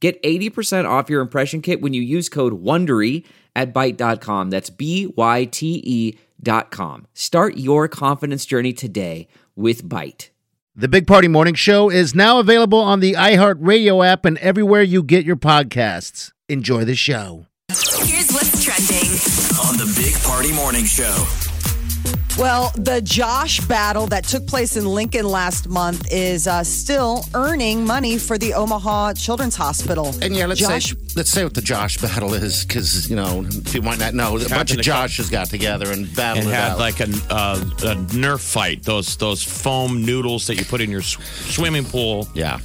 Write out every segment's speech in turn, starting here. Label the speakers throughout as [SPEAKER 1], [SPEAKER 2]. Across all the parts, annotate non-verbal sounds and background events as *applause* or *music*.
[SPEAKER 1] Get 80% off your impression kit when you use code WONDERY at Byte.com. That's b y t e dot com. Start your confidence journey today with Byte.
[SPEAKER 2] The Big Party Morning Show is now available on the iHeartRadio app and everywhere you get your podcasts. Enjoy the show.
[SPEAKER 3] Here's what's trending.
[SPEAKER 4] on the Big Party Morning Show.
[SPEAKER 5] Well, the Josh battle that took place in Lincoln last month is uh, still earning money for the Omaha Children's Hospital.
[SPEAKER 6] And yeah, let's *laughs*
[SPEAKER 5] Josh,
[SPEAKER 6] say let's say what the Josh battle is, because you know people might not know. A bunch of
[SPEAKER 7] Happened to
[SPEAKER 6] Joshes got together and battled
[SPEAKER 7] and
[SPEAKER 6] it
[SPEAKER 7] had
[SPEAKER 6] out.
[SPEAKER 7] like a, uh, a Nerf fight. Those those foam noodles that you put in your sw- swimming pool.
[SPEAKER 6] yeah,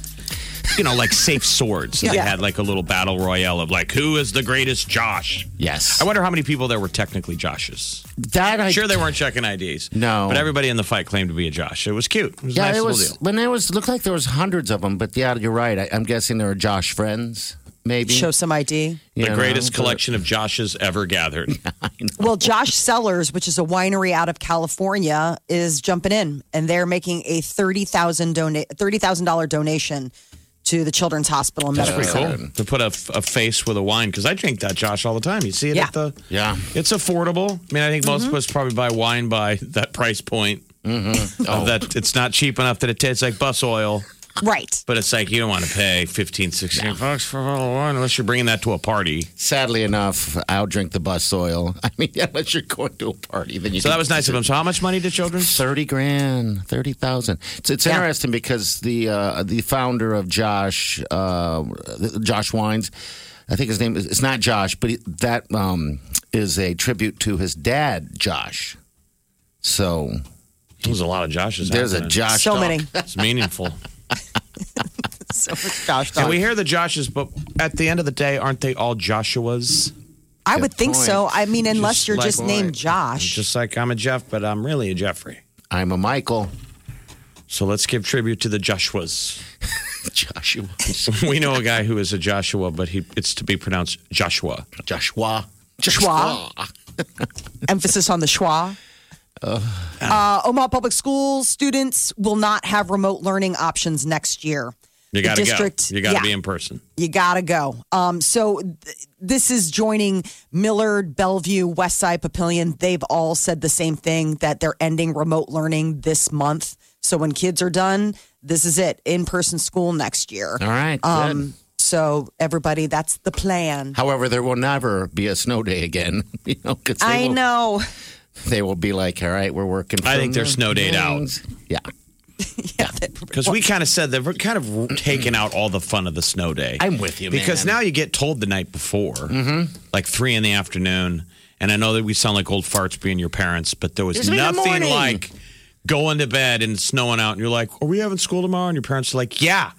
[SPEAKER 7] You know, like safe swords. And They
[SPEAKER 5] Yeah.
[SPEAKER 7] had like a little battle royale of like who is the greatest Josh.
[SPEAKER 6] yes.
[SPEAKER 7] I wonder how many people there were technically Joshes.
[SPEAKER 6] that I
[SPEAKER 7] Sure, they weren't checking IDs.
[SPEAKER 6] No.
[SPEAKER 7] but everybody in the fight claimed to be a Josh. It was cute. It was
[SPEAKER 6] Yeah,
[SPEAKER 7] a nice
[SPEAKER 6] it
[SPEAKER 7] little
[SPEAKER 6] was
[SPEAKER 7] deal.
[SPEAKER 6] when there was looked like there was hundreds of them. But yeah, you're right. I, I'm guessing there were Josh friends, maybe.
[SPEAKER 5] show some ID.
[SPEAKER 6] you
[SPEAKER 7] the
[SPEAKER 6] know,
[SPEAKER 7] greatest
[SPEAKER 6] but-
[SPEAKER 7] collection of Joshes ever
[SPEAKER 6] *laughs*
[SPEAKER 7] gathered.
[SPEAKER 5] Well, Josh Sellers, which is a winery out of California, is jumping in, and they're making a thirty thousand donate thirty thousand dollar donation to the Children's Hospital. and
[SPEAKER 6] That's
[SPEAKER 5] Medical
[SPEAKER 6] pretty
[SPEAKER 5] Center.
[SPEAKER 7] cool to
[SPEAKER 6] Saturn.
[SPEAKER 7] put a, a face with a wine because I drink that Josh all the time. You see it
[SPEAKER 5] Yeah.
[SPEAKER 7] at the
[SPEAKER 6] Yeah.
[SPEAKER 7] It's affordable. I mean, I think most of us probably buy wine by that price point. Mm-hmm. that it's not cheap enough that it tastes like bus oil,
[SPEAKER 5] Right.
[SPEAKER 7] but it's like you don't want to pay 15, 16 bucks for a bottle of wine unless you're bringing that to a party.
[SPEAKER 6] Sadly enough, I'll drink the bus oil. *laughs* I mean, unless you're going to a party, then you.
[SPEAKER 7] So
[SPEAKER 6] can-
[SPEAKER 7] that was nice of him. So how much money did children?
[SPEAKER 6] Thirty grand, thirty thousand. It's, it's
[SPEAKER 5] Yeah.
[SPEAKER 6] interesting because the uh, the founder of Josh uh, Josh Wines, I think his name is it's not Josh, but he, that um, is a tribute to his dad, Josh. So
[SPEAKER 7] There's a lot of Joshes.
[SPEAKER 6] there's a
[SPEAKER 7] out there.
[SPEAKER 6] Josh.
[SPEAKER 5] so
[SPEAKER 6] talk.
[SPEAKER 5] many.
[SPEAKER 6] *laughs*
[SPEAKER 7] It's *laughs* meaningful.
[SPEAKER 5] So much Josh
[SPEAKER 7] and
[SPEAKER 5] talk.
[SPEAKER 7] we hear the Joshes, but at the end of the day, aren't they all Joshuas?
[SPEAKER 5] I would think so. I mean, unless
[SPEAKER 7] Just
[SPEAKER 5] you're
[SPEAKER 7] like
[SPEAKER 5] just named
[SPEAKER 7] wine.
[SPEAKER 5] Josh.
[SPEAKER 7] Just like I'm a Jeff, but I'm really a Jeffrey.
[SPEAKER 6] I'm a Michael. *laughs*
[SPEAKER 7] So let's give tribute to the Joshuas. *laughs*
[SPEAKER 6] Joshua. *laughs*
[SPEAKER 7] we know a guy who is a Joshua, but he it's to be pronounced Joshua.
[SPEAKER 6] Joshua.
[SPEAKER 5] Schwa. emphasis on the schwa. Uh, Omaha Public Schools students will not have remote learning options next year.
[SPEAKER 7] You
[SPEAKER 5] The
[SPEAKER 7] got to go.
[SPEAKER 5] district-
[SPEAKER 7] You got to
[SPEAKER 5] yeah.
[SPEAKER 7] be in person.
[SPEAKER 5] You gotta go. Um, so th- this is joining Millard, Bellevue, Westside, Papillion. They've all said the same thing that they're ending remote learning this month. So when kids are done, this is it in-person school next year.
[SPEAKER 6] All right. good.
[SPEAKER 5] Um, so everybody, that's the plan.
[SPEAKER 6] However, there will never be a snow day again. *laughs* You know, 'cause they
[SPEAKER 5] I
[SPEAKER 6] will-
[SPEAKER 5] know.
[SPEAKER 6] they will be like, "All right, we're working."
[SPEAKER 7] I
[SPEAKER 6] from
[SPEAKER 7] think they're
[SPEAKER 6] the
[SPEAKER 7] snow dayed out.
[SPEAKER 6] things." Yeah.
[SPEAKER 7] Because we kind of said that we're kind of taking out all the fun of the snow day.
[SPEAKER 6] I'm with you,
[SPEAKER 7] Because
[SPEAKER 6] man.
[SPEAKER 7] now
[SPEAKER 6] Mm-hmm.
[SPEAKER 7] you get told the night before, like three in the afternoon. And I know that we sound like old farts being your parents, but there was
[SPEAKER 6] It's been the
[SPEAKER 7] nothing
[SPEAKER 6] morning.
[SPEAKER 7] like going to bed and snowing out. And you're like, are we having school tomorrow? And your parents are like, yeah,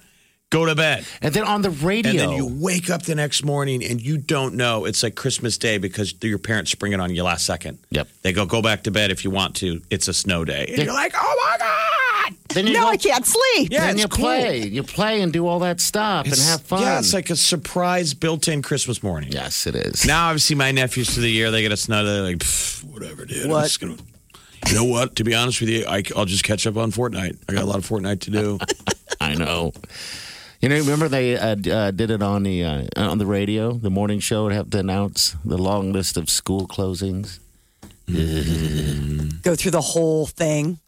[SPEAKER 7] go to bed.
[SPEAKER 6] And then on the radio,
[SPEAKER 7] And then you wake up the next morning and you don't know. It's like Christmas Day because your parents spring it on you last second.
[SPEAKER 6] Yep.
[SPEAKER 7] They go, go back to bed if you want to. It's a snow day. And
[SPEAKER 6] Yeah.
[SPEAKER 7] you're like, oh my God.
[SPEAKER 6] then you
[SPEAKER 5] No,
[SPEAKER 6] go-
[SPEAKER 5] I can't sleep.
[SPEAKER 7] Yeah,
[SPEAKER 6] then
[SPEAKER 7] it's
[SPEAKER 6] you
[SPEAKER 7] cool.
[SPEAKER 6] play, you play and do all that stuff and
[SPEAKER 7] It's-
[SPEAKER 6] have fun.
[SPEAKER 7] Yeah, it's like a surprise built in Christmas morning.
[SPEAKER 6] yes, it is.
[SPEAKER 7] Now I've seen my nephews through the year. They get a snow. They're like, "Pff, whatever, dude.
[SPEAKER 5] What?
[SPEAKER 7] I'm just gonna, you know what? To be honest with you, I, I'll just catch up on Fortnite. I got a lot of Fortnite to *laughs* do.
[SPEAKER 6] *laughs* I know. You know, remember they uh, d- uh, did it on the uh, on the radio, the morning show would have to announce the long list of school closings.
[SPEAKER 5] go through the whole thing.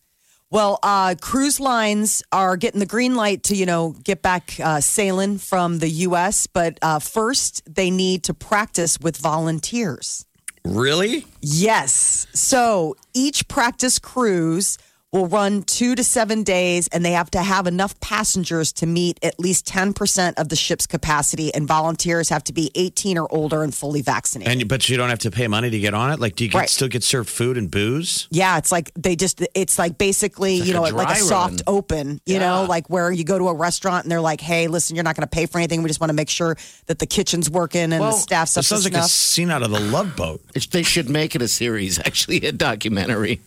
[SPEAKER 5] Well, uh, cruise lines are getting the green light to, you know, get back uh, sailing from the U.S., but uh, first they need to practice with volunteers.
[SPEAKER 7] really?
[SPEAKER 5] Yes. So each practice cruise will run two to seven days, and they have to have enough passengers to meet at least 10% of the ship's capacity, and volunteers have to be 18 or older and fully vaccinated.
[SPEAKER 7] And but you don't have to pay money to get on it. Like, do you get,
[SPEAKER 5] Right.
[SPEAKER 7] still get served food and booze?
[SPEAKER 5] Yeah, it's like they just, it's like basically, you know,
[SPEAKER 6] like a
[SPEAKER 5] like a
[SPEAKER 6] dry
[SPEAKER 5] soft
[SPEAKER 6] run.
[SPEAKER 5] open, you know, like where you go to a restaurant and they're like, hey, listen, you're not going to pay for anything. We just want to make sure that the kitchen's working and the staff's up
[SPEAKER 7] That
[SPEAKER 5] to
[SPEAKER 7] sounds like a
[SPEAKER 5] snuff.
[SPEAKER 7] scene out of the Love Boat.
[SPEAKER 6] It's- They should make it a series, *laughs* actually, a documentary.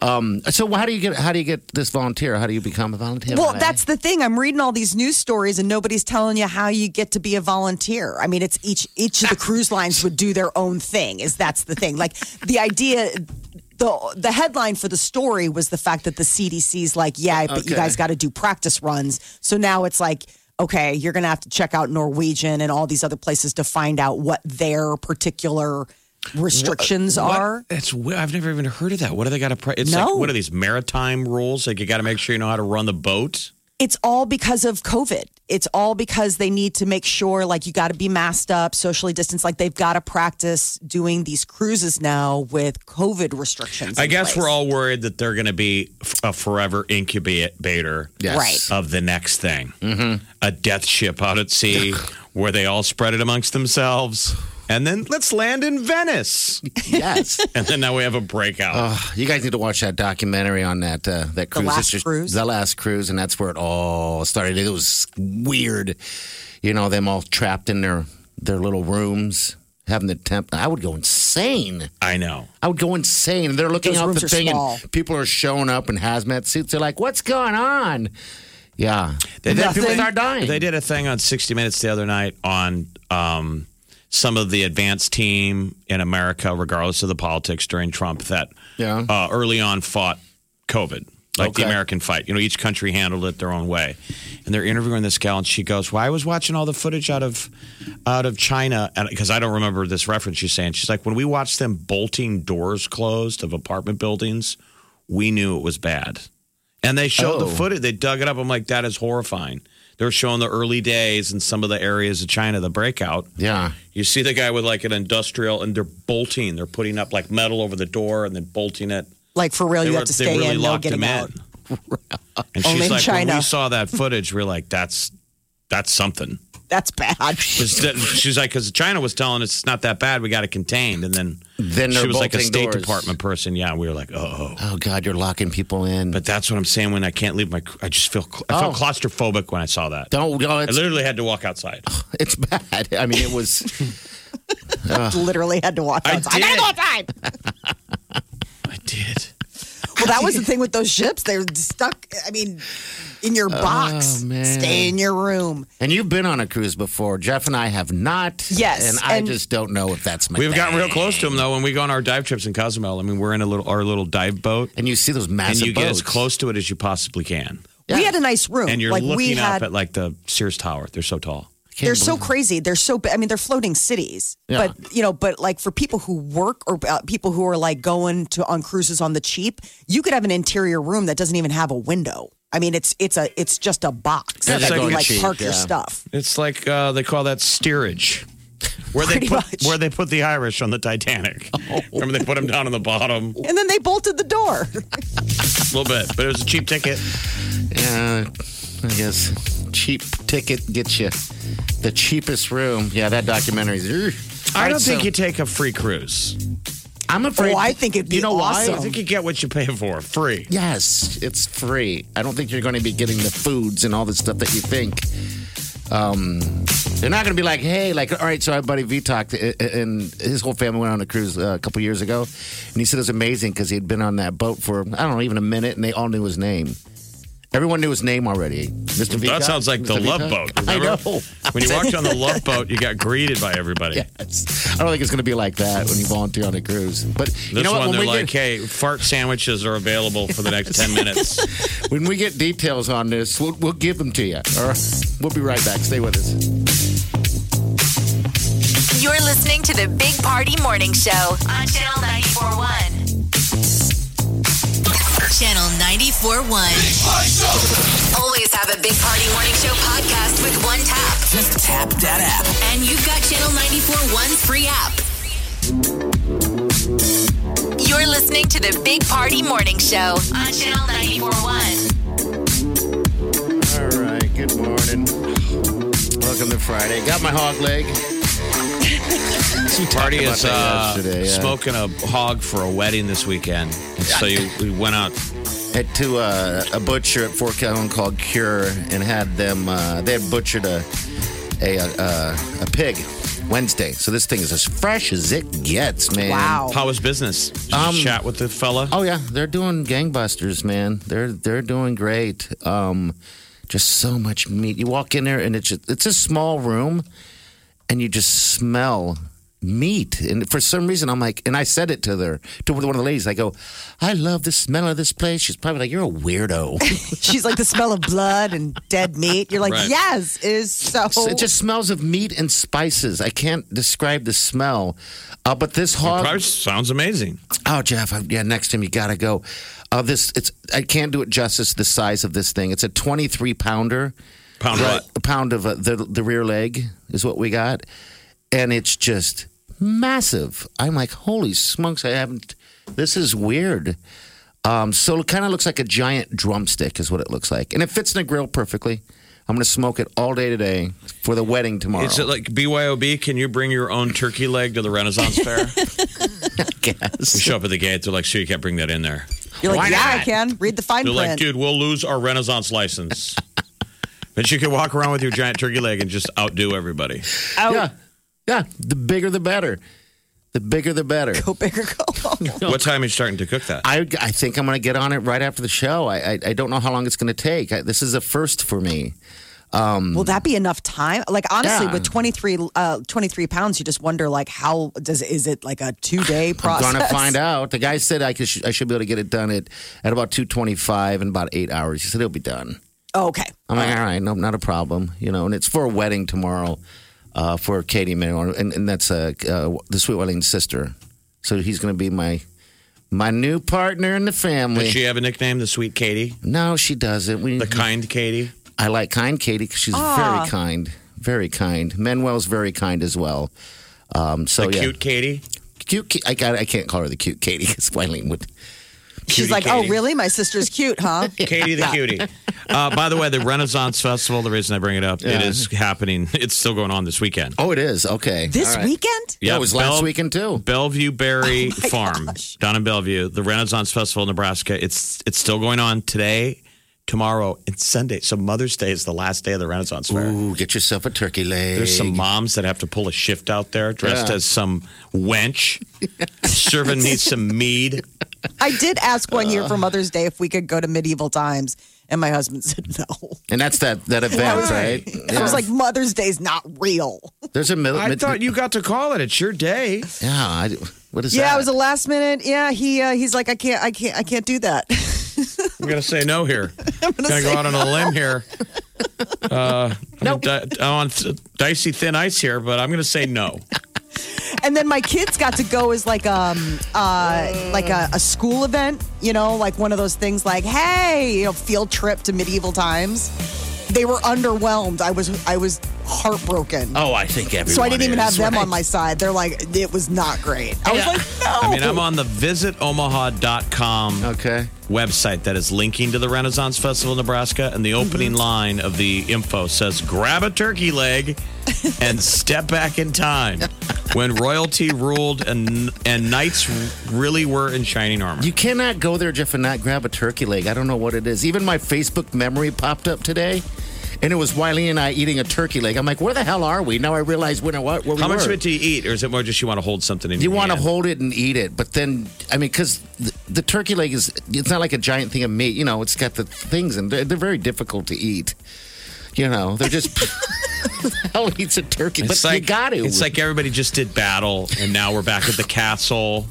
[SPEAKER 6] Um, so how do you get how do you get this volunteer? How do you become a volunteer?
[SPEAKER 5] Well,
[SPEAKER 6] Renee?
[SPEAKER 5] that's the thing. I'm reading all these news stories, and nobody's telling you how you get to be a volunteer. I mean, it's each each of the cruise lines would do their own thing. Is that's the thing? Like the idea. The, the headline for the story was the fact that the CDC's like, yeah, but you
[SPEAKER 6] Okay.
[SPEAKER 5] guys got to do practice runs. So now it's like, okay, you're going to have to check out Norwegian and all these other places to find out what their particular restrictions are.
[SPEAKER 7] It's we- I've never even heard of that. What do they got to? Pre- it's
[SPEAKER 5] No.
[SPEAKER 7] like what are these maritime rules? Like you got to make sure you know how to run the boat.
[SPEAKER 5] it's all because of COVID. It's all because they need to make sure, like, you got to be masked up, socially distanced. Like, they've got to practice doing these cruises now with COVID restrictions.
[SPEAKER 7] I
[SPEAKER 5] in
[SPEAKER 7] guess
[SPEAKER 5] place.
[SPEAKER 7] we're all worried that they're going to be f- a forever incubator
[SPEAKER 6] Yes.
[SPEAKER 5] Right.
[SPEAKER 7] *laughs* of the next thing mm-hmm. a death ship out at
[SPEAKER 5] *sighs*
[SPEAKER 7] sea where they all spread it amongst themselves. And then let's land in Venice.
[SPEAKER 6] yes.
[SPEAKER 7] And then now we have a
[SPEAKER 5] *sighs*
[SPEAKER 7] breakout.
[SPEAKER 6] You guys need to watch that documentary on that uh, that cruise.
[SPEAKER 5] Last
[SPEAKER 6] It's just-
[SPEAKER 5] Cruise?
[SPEAKER 6] The last cruise, and that's where it all started. It was weird, you know, them all trapped in their their little rooms, having the temp. I would go insane.
[SPEAKER 7] I know.
[SPEAKER 6] I would go insane. They're looking
[SPEAKER 5] Those
[SPEAKER 6] out
[SPEAKER 5] rooms
[SPEAKER 6] the
[SPEAKER 5] are
[SPEAKER 6] thing,
[SPEAKER 5] small.
[SPEAKER 6] and people are showing up in hazmat suits. They're like, "What's going on?" Yeah,
[SPEAKER 7] They did,
[SPEAKER 6] people start dying.
[SPEAKER 7] They did a thing on 60 Minutes the other night on um, some of the advanced team in America, regardless of the politics during Trump, that
[SPEAKER 6] Yeah.
[SPEAKER 7] uh, early on fought COVID, like the
[SPEAKER 6] Okay.
[SPEAKER 7] American fight. You know, each country handled it their own way. And they're interviewing this gal, and she goes, "Well, I was watching all the footage out of out of China because I don't remember this reference she's saying." She's like, "When we watched them bolting doors closed of apartment buildings, we knew it was bad." And they showed the
[SPEAKER 6] Oh.
[SPEAKER 7] footage. They dug it up. I'm like, "That is horrifying." They're showing the early days in some of the areas of China, the breakout.
[SPEAKER 6] Yeah,
[SPEAKER 7] You see the guy with like an industrial, and they're bolting. They're putting up like metal over the door and then bolting it
[SPEAKER 5] like, for real, Oh, you
[SPEAKER 7] were-
[SPEAKER 5] have to stay in, no getting out.
[SPEAKER 7] And
[SPEAKER 5] Only
[SPEAKER 7] she's like,
[SPEAKER 5] in
[SPEAKER 7] when
[SPEAKER 5] China.
[SPEAKER 7] we saw that footage, we are like, that's that's something.
[SPEAKER 5] That's bad. *laughs*
[SPEAKER 7] 'Cause that- she's like, because China was telling us it's not that bad. We got it contained, and then
[SPEAKER 6] Then
[SPEAKER 7] she
[SPEAKER 6] they're
[SPEAKER 7] was like a
[SPEAKER 6] bolting
[SPEAKER 7] State
[SPEAKER 6] doors.
[SPEAKER 7] Department person. Yeah, we were like, oh.
[SPEAKER 6] Oh God, you're locking people in.
[SPEAKER 7] But that's what I'm saying. When I can't leave my, I just feel I felt
[SPEAKER 6] Oh.
[SPEAKER 7] claustrophobic when I saw that.
[SPEAKER 6] don't. No,
[SPEAKER 7] I
[SPEAKER 6] it's,
[SPEAKER 7] literally had to walk outside.
[SPEAKER 6] it's bad. *laughs* I mean, it was.
[SPEAKER 5] Literally had to watch.
[SPEAKER 7] I
[SPEAKER 5] outside. gotta go
[SPEAKER 7] did.
[SPEAKER 5] outside.
[SPEAKER 7] *laughs* I did.
[SPEAKER 5] Well, that was the thing with those ships. They're stuck. I mean, in your
[SPEAKER 7] Oh,
[SPEAKER 5] box.
[SPEAKER 6] man.
[SPEAKER 5] Stay in your room.
[SPEAKER 6] And you've been on a cruise before. Jeff and I have not.
[SPEAKER 5] Yes,
[SPEAKER 6] And I
[SPEAKER 5] and-
[SPEAKER 6] just don't know if that's my
[SPEAKER 7] We've gotten real
[SPEAKER 6] thing.
[SPEAKER 7] close to them though. When we go on our dive trips in Cozumel, I mean, we're in a little our little dive boat,
[SPEAKER 6] And you see those
[SPEAKER 7] and
[SPEAKER 6] massive
[SPEAKER 7] you get as
[SPEAKER 6] boats.
[SPEAKER 7] close to it as you possibly can.
[SPEAKER 5] We
[SPEAKER 6] Yeah.
[SPEAKER 5] had a nice room.
[SPEAKER 7] And you're
[SPEAKER 5] like we
[SPEAKER 7] looking
[SPEAKER 5] had,
[SPEAKER 7] up at like the Sears Tower. They're so tall.
[SPEAKER 6] Can't
[SPEAKER 5] they're so
[SPEAKER 6] believe
[SPEAKER 5] crazy. They're so. bi- I mean, they're floating cities. But you know, but like for people who work or uh, people who are like going to on cruises on the cheap, you could have an interior room that doesn't even have a window. I mean, it's it's a it's just a box
[SPEAKER 7] That's like
[SPEAKER 5] that you
[SPEAKER 7] going
[SPEAKER 5] like
[SPEAKER 6] cheap,
[SPEAKER 5] park your
[SPEAKER 6] yeah.
[SPEAKER 5] stuff.
[SPEAKER 7] It's like uh, they call that steerage. Where they
[SPEAKER 5] Pretty
[SPEAKER 7] put
[SPEAKER 5] much.
[SPEAKER 7] where they put the Irish on the
[SPEAKER 6] *laughs*
[SPEAKER 7] Titanic.
[SPEAKER 6] Oh.
[SPEAKER 7] Remember they put them down on the bottom
[SPEAKER 5] And then they bolted the door.
[SPEAKER 7] a
[SPEAKER 5] *laughs*
[SPEAKER 7] little bit, but it was a cheap ticket.
[SPEAKER 6] Yeah, I guess cheap ticket gets you the cheapest room. Yeah, that documentary's. Ugh.
[SPEAKER 7] I
[SPEAKER 6] All
[SPEAKER 7] don't
[SPEAKER 6] right,
[SPEAKER 7] think
[SPEAKER 6] so
[SPEAKER 7] you take a free cruise.
[SPEAKER 6] I'm afraid.
[SPEAKER 5] Oh, I think it'd be
[SPEAKER 6] you know
[SPEAKER 5] awesome.
[SPEAKER 7] I
[SPEAKER 6] Why?
[SPEAKER 7] think you get what you pay for free.
[SPEAKER 6] Yes, it's free. I don't think you're going to be getting the foods and all the stuff that you think. Um, they're not going to be like, hey, like, all right. So our buddy V talked, uh, uh, and his whole family went on a cruise uh, a couple years ago, and he said it was amazing because he had been on that boat for I don't know even a minute, and they all knew his name. Everyone knew his name already. Mr. Vitak?
[SPEAKER 7] That sounds like the
[SPEAKER 6] Mr.
[SPEAKER 7] Love Boat.
[SPEAKER 6] Vitak? I
[SPEAKER 7] remember?
[SPEAKER 6] know. *laughs*
[SPEAKER 7] When you walked on the Love Boat, you got greeted by everybody.
[SPEAKER 6] Yes. I don't think it's going to be like that when you volunteer on a cruise. But
[SPEAKER 7] This
[SPEAKER 6] you know
[SPEAKER 7] one,
[SPEAKER 6] what? When
[SPEAKER 7] they're
[SPEAKER 6] we,
[SPEAKER 7] like,
[SPEAKER 6] get,
[SPEAKER 7] "Hey, fart sandwiches are available for the
[SPEAKER 6] *laughs*
[SPEAKER 7] next ten minutes."
[SPEAKER 6] when we get details on this, we'll, we'll give them to you. All right. We'll be right back. Stay with us.
[SPEAKER 3] You're listening to the Big Party Morning Show on Channel 941. Channel 941. Always have a Big Party Morning Show podcast with one tap.
[SPEAKER 4] Just tap that app.
[SPEAKER 3] And you've got Channel 941's free app. You're listening listening to the Big Party Morning Show on Channel 941.
[SPEAKER 6] All right. Good morning. Welcome to Friday. Got my hog leg.
[SPEAKER 7] Party is
[SPEAKER 6] about
[SPEAKER 7] uh,
[SPEAKER 6] that yesterday, yeah.
[SPEAKER 7] smoking a hog for a wedding this weekend. And so you, we went out.
[SPEAKER 6] At to uh, a butcher at Fort Calhoun called Cure and had them. Uh, they had butchered a a uh, a pig Wednesday. So this thing is as fresh as it gets, man.
[SPEAKER 5] Wow.
[SPEAKER 7] How was business? Did you
[SPEAKER 5] Um,
[SPEAKER 7] chat with the fella?
[SPEAKER 6] Oh yeah, they're doing gangbusters, man. They're they're doing great. Um, just so much meat. You walk in there and it's just, it's a small room, and you just smell meat. And for some reason, I'm like, and I said it to their to one of the ladies. I go, I love the smell of this place. She's probably like, you're a weirdo.
[SPEAKER 5] *laughs* She's like the smell of blood and dead meat. You're like,
[SPEAKER 7] Right.
[SPEAKER 5] yes, it is so.
[SPEAKER 6] So it just smells of meat and spices. I can't describe the smell. Uh, but this hog.
[SPEAKER 7] Probably sounds amazing.
[SPEAKER 6] Oh, Jeff, I- yeah, next time you gotta go. Uh, this it's I can't do it justice. The size of this thing. It's a twenty-three pounder.
[SPEAKER 7] Pound
[SPEAKER 6] The-
[SPEAKER 7] what?
[SPEAKER 6] A pound of uh, the the rear leg is what we got, and it's just massive. I'm like, holy smokes! I haven't. This is weird. Um, so it kind of looks like a giant drumstick, is what it looks like, and it fits in a grill perfectly. I'm gonna smoke it all day today for the wedding tomorrow.
[SPEAKER 7] Is it like BYOB? Can you bring your own turkey leg to the Renaissance Fair?
[SPEAKER 5] *laughs*
[SPEAKER 6] Yes.
[SPEAKER 7] we show up at the gate. They're like, sure, you can't bring that in there.
[SPEAKER 5] You're
[SPEAKER 6] Why
[SPEAKER 5] like, yeah, I
[SPEAKER 6] not?"
[SPEAKER 5] can. Read the fine
[SPEAKER 7] They're like,
[SPEAKER 5] print.
[SPEAKER 7] dude, we'll lose our Renaissance license. but you can walk around with your giant turkey leg and just outdo everybody.
[SPEAKER 6] Yeah. *laughs* Yeah. The bigger the better. The bigger the better.
[SPEAKER 5] *laughs* go bigger, go home.
[SPEAKER 7] What time are you starting to cook that?
[SPEAKER 6] I, I think I'm going to get on it right after the show. I, I, I don't know how long it's going to take. I, this is a first for me.
[SPEAKER 5] Will that be enough time? Like honestly,
[SPEAKER 6] Yeah.
[SPEAKER 5] with 23, uh, 23 pounds, you just wonder like how does is it like a two
[SPEAKER 6] *laughs*
[SPEAKER 5] day
[SPEAKER 6] I'm
[SPEAKER 5] process?
[SPEAKER 6] going to find out. The guy said I, could, I should be able to get it done at, at about 225 in about eight hours. He said it'll be done.
[SPEAKER 5] Oh, okay,
[SPEAKER 6] I'm like, all right, no, not a problem. You know, and it's for a wedding tomorrow uh, for Katie Minow, and, and that's uh, uh, the Sweet Wileen's sister. So he's going to be my my new partner in the family.
[SPEAKER 7] Does she have a nickname, the sweet Katie?
[SPEAKER 6] no, she doesn't. We,
[SPEAKER 7] The
[SPEAKER 5] Mm-hmm.
[SPEAKER 7] kind Katie?
[SPEAKER 6] I like kind Katie because she's
[SPEAKER 5] Ah.
[SPEAKER 6] very kind, very kind. Manuel's very kind as well. Um, so
[SPEAKER 5] Oh,
[SPEAKER 7] The
[SPEAKER 6] yeah,
[SPEAKER 7] cute Katie?
[SPEAKER 6] cute. Ki- I got. I can't call her the cute Katie *laughs* because Wileen would.
[SPEAKER 5] she's
[SPEAKER 7] Cutie
[SPEAKER 5] like,
[SPEAKER 7] Katie.
[SPEAKER 5] oh really? My sister's
[SPEAKER 6] *laughs*
[SPEAKER 5] cute, huh?
[SPEAKER 7] Katie the
[SPEAKER 5] *laughs*
[SPEAKER 7] cutie. Uh, by the way, the Renaissance Festival, the reason I bring it up, it is happening. It's still going on this weekend.
[SPEAKER 6] Oh, it is okay.
[SPEAKER 5] This
[SPEAKER 6] All right.
[SPEAKER 5] weekend?
[SPEAKER 6] Yeah,
[SPEAKER 7] Yeah,
[SPEAKER 6] it was last
[SPEAKER 7] Belle-
[SPEAKER 6] weekend too. Oh
[SPEAKER 7] Bellevue Berry
[SPEAKER 6] *laughs*
[SPEAKER 5] my
[SPEAKER 7] Farm
[SPEAKER 5] gosh.
[SPEAKER 7] down in Bellevue, the Renaissance Festival in Nebraska. It's it's still going on today, tomorrow, and Sunday. So Mother's Day is the last day of the Renaissance Fair.
[SPEAKER 6] Ooh, get yourself a turkey leg.
[SPEAKER 7] There's some moms that have to pull a shift out there dressed
[SPEAKER 6] Yeah.
[SPEAKER 7] as some
[SPEAKER 6] *laughs*
[SPEAKER 7] wench, serving me some mead.
[SPEAKER 5] I did ask one year for Mother's Day if we could go to medieval times, and my husband *laughs* said no.
[SPEAKER 6] and that's that that event, right?
[SPEAKER 5] *laughs* I was like, Mother's Day's not real.
[SPEAKER 6] there's a mil-
[SPEAKER 7] I
[SPEAKER 6] mid-
[SPEAKER 7] thought you got to call it. It's your day.
[SPEAKER 6] Yeah, I, what is that?
[SPEAKER 5] Yeah, it was a last minute. Yeah, he uh, he's like, I can't, I can't, I can't do that. *laughs*
[SPEAKER 7] I'm gonna say no
[SPEAKER 6] *laughs*
[SPEAKER 7] here. I'm gonna, go out on a limb here. Uh, no, on th- dicey thin ice here, but I'm gonna say no.
[SPEAKER 5] and then my kids got to go as like um uh like a, a school event you know like one of those things like hey you know field trip to medieval times they were underwhelmed i was i was heartbroken
[SPEAKER 6] oh, I think everyone.
[SPEAKER 5] so i didn't even have
[SPEAKER 6] is,
[SPEAKER 5] them
[SPEAKER 6] right?
[SPEAKER 5] on my side they're like it was not great i was like no
[SPEAKER 7] I mean, I'm on the visitomaha.com
[SPEAKER 6] Oh. Okay.
[SPEAKER 7] website that is linking to the Renaissance Festival in Nebraska, and the
[SPEAKER 6] Mm-hmm.
[SPEAKER 7] opening line of the info says, "Grab a turkey leg and step back in time
[SPEAKER 6] *laughs*
[SPEAKER 7] when royalty ruled and and knights really were in shining armor."
[SPEAKER 6] You cannot go there, Jeff, and not grab a turkey leg. I don't know what it is. Even my Facebook memory popped up today, and it was Wiley and I eating a turkey leg. I'm like, where the hell are we? Now I realize when what where we
[SPEAKER 7] How
[SPEAKER 6] were.
[SPEAKER 7] much of it do you eat, or is it more just you want to hold something in
[SPEAKER 6] you
[SPEAKER 7] your
[SPEAKER 6] want to
[SPEAKER 7] hand?
[SPEAKER 6] hold it and eat it, but then I mean, because the, the turkey leg is it's not like a giant thing of meat. You know, it's got the things, and they're, they're very difficult to eat. You know, they're
[SPEAKER 7] *laughs*
[SPEAKER 6] just hell eats a turkey, but you got to.
[SPEAKER 7] It's like everybody just did battle, and now we're back at the castle,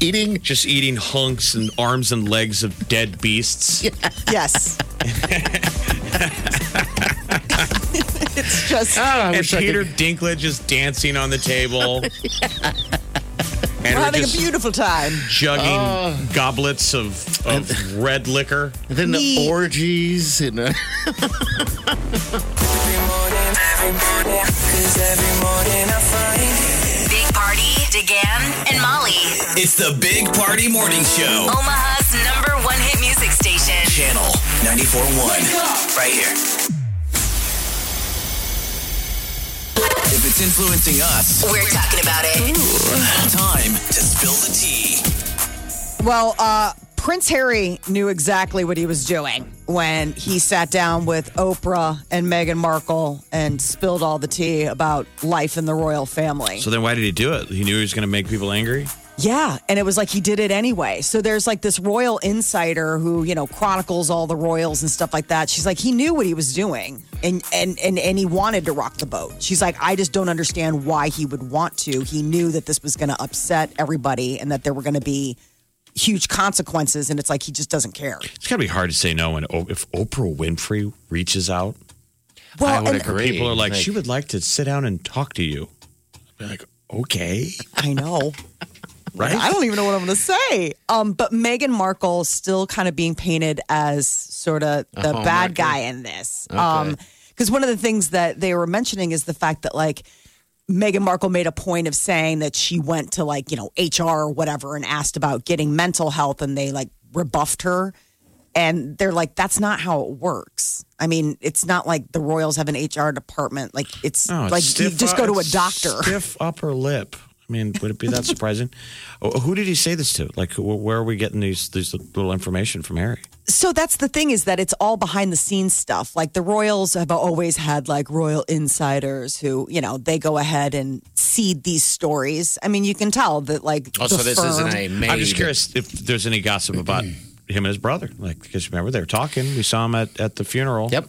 [SPEAKER 6] eating.
[SPEAKER 7] just eating hunks and arms and legs of dead beasts.
[SPEAKER 6] *laughs*
[SPEAKER 5] yes *laughs* it's just
[SPEAKER 6] Oh, I
[SPEAKER 7] and
[SPEAKER 6] wish I
[SPEAKER 7] Peter
[SPEAKER 6] could-
[SPEAKER 7] Dinklage is dancing on the
[SPEAKER 5] *laughs*
[SPEAKER 7] table. And
[SPEAKER 5] we're
[SPEAKER 7] we're
[SPEAKER 5] having a Oh.
[SPEAKER 7] just
[SPEAKER 5] beautiful time
[SPEAKER 7] jugging goblets of, of
[SPEAKER 5] *laughs*
[SPEAKER 7] red liquor.
[SPEAKER 6] then the
[SPEAKER 5] meat.
[SPEAKER 6] orgies and.
[SPEAKER 7] *laughs*
[SPEAKER 6] Uh,
[SPEAKER 3] Big Party, DeGan, and Molly.
[SPEAKER 4] It's the Big Party Morning Show.
[SPEAKER 3] Omaha's number one hit music station.
[SPEAKER 4] Channel 94.1. Right here. If it's influencing us,
[SPEAKER 3] We're talking about it.
[SPEAKER 4] time to spill the tea.
[SPEAKER 5] Well, uh, Prince Harry knew exactly what he was doing when he sat down with Oprah and Meghan Markle and spilled all the tea about life in the royal family.
[SPEAKER 7] So then why did he do it? He knew he was going to make people angry?
[SPEAKER 5] Yeah, and it was like he did it anyway. So there's like this royal insider who, you know, chronicles all the royals and stuff like that. She's like he knew what he was doing and and and and he wanted to rock the boat. She's like I just don't understand why he would want to. He knew that this was going to upset everybody and that there were going to be huge consequences and it's like he just doesn't care.
[SPEAKER 7] It's got to be hard to say no when O- if Oprah Winfrey reaches out.
[SPEAKER 5] Well,
[SPEAKER 6] I would
[SPEAKER 5] and-
[SPEAKER 6] agree.
[SPEAKER 7] People are like,
[SPEAKER 6] Like-
[SPEAKER 7] she would like to sit down and talk to you. I'd be like,
[SPEAKER 5] *laughs*
[SPEAKER 7] okay.
[SPEAKER 5] I know.
[SPEAKER 7] *laughs* Right?
[SPEAKER 5] I don't even know what I'm going to say. Um, but Meghan Markle still kind of being painted as sort of the bad guy in this. Um, because one of the things that they were mentioning is the fact that like Meghan Markle made a point of saying that she went to like you know HR or whatever and asked about getting mental health, and they like rebuffed her. And they're like, that's not how it works. I mean, it's not like the Royals have an HR department. Like it's
[SPEAKER 7] No, it's
[SPEAKER 5] like you
[SPEAKER 7] stiff
[SPEAKER 5] just go
[SPEAKER 7] up-
[SPEAKER 5] to a
[SPEAKER 7] it's
[SPEAKER 5] doctor.
[SPEAKER 7] *laughs* Stiff upper lip. I mean, would it be that
[SPEAKER 5] *laughs*
[SPEAKER 7] surprising? Oh, Who did he say this to? Like, wh- where are we getting these these little information from Harry?
[SPEAKER 5] So that's the thing is that it's all behind the scenes stuff. Like the royals have always had like royal insiders who, you know, they go ahead and seed these stories. I mean, you can tell that like
[SPEAKER 6] Also,
[SPEAKER 5] the
[SPEAKER 6] Oh, this
[SPEAKER 5] firm,
[SPEAKER 6] isn't a maid.
[SPEAKER 7] I'm just curious if there's any gossip about *clears throat* him and his brother. Like, because remember they were talking. We saw him at, at the funeral.
[SPEAKER 6] Yep.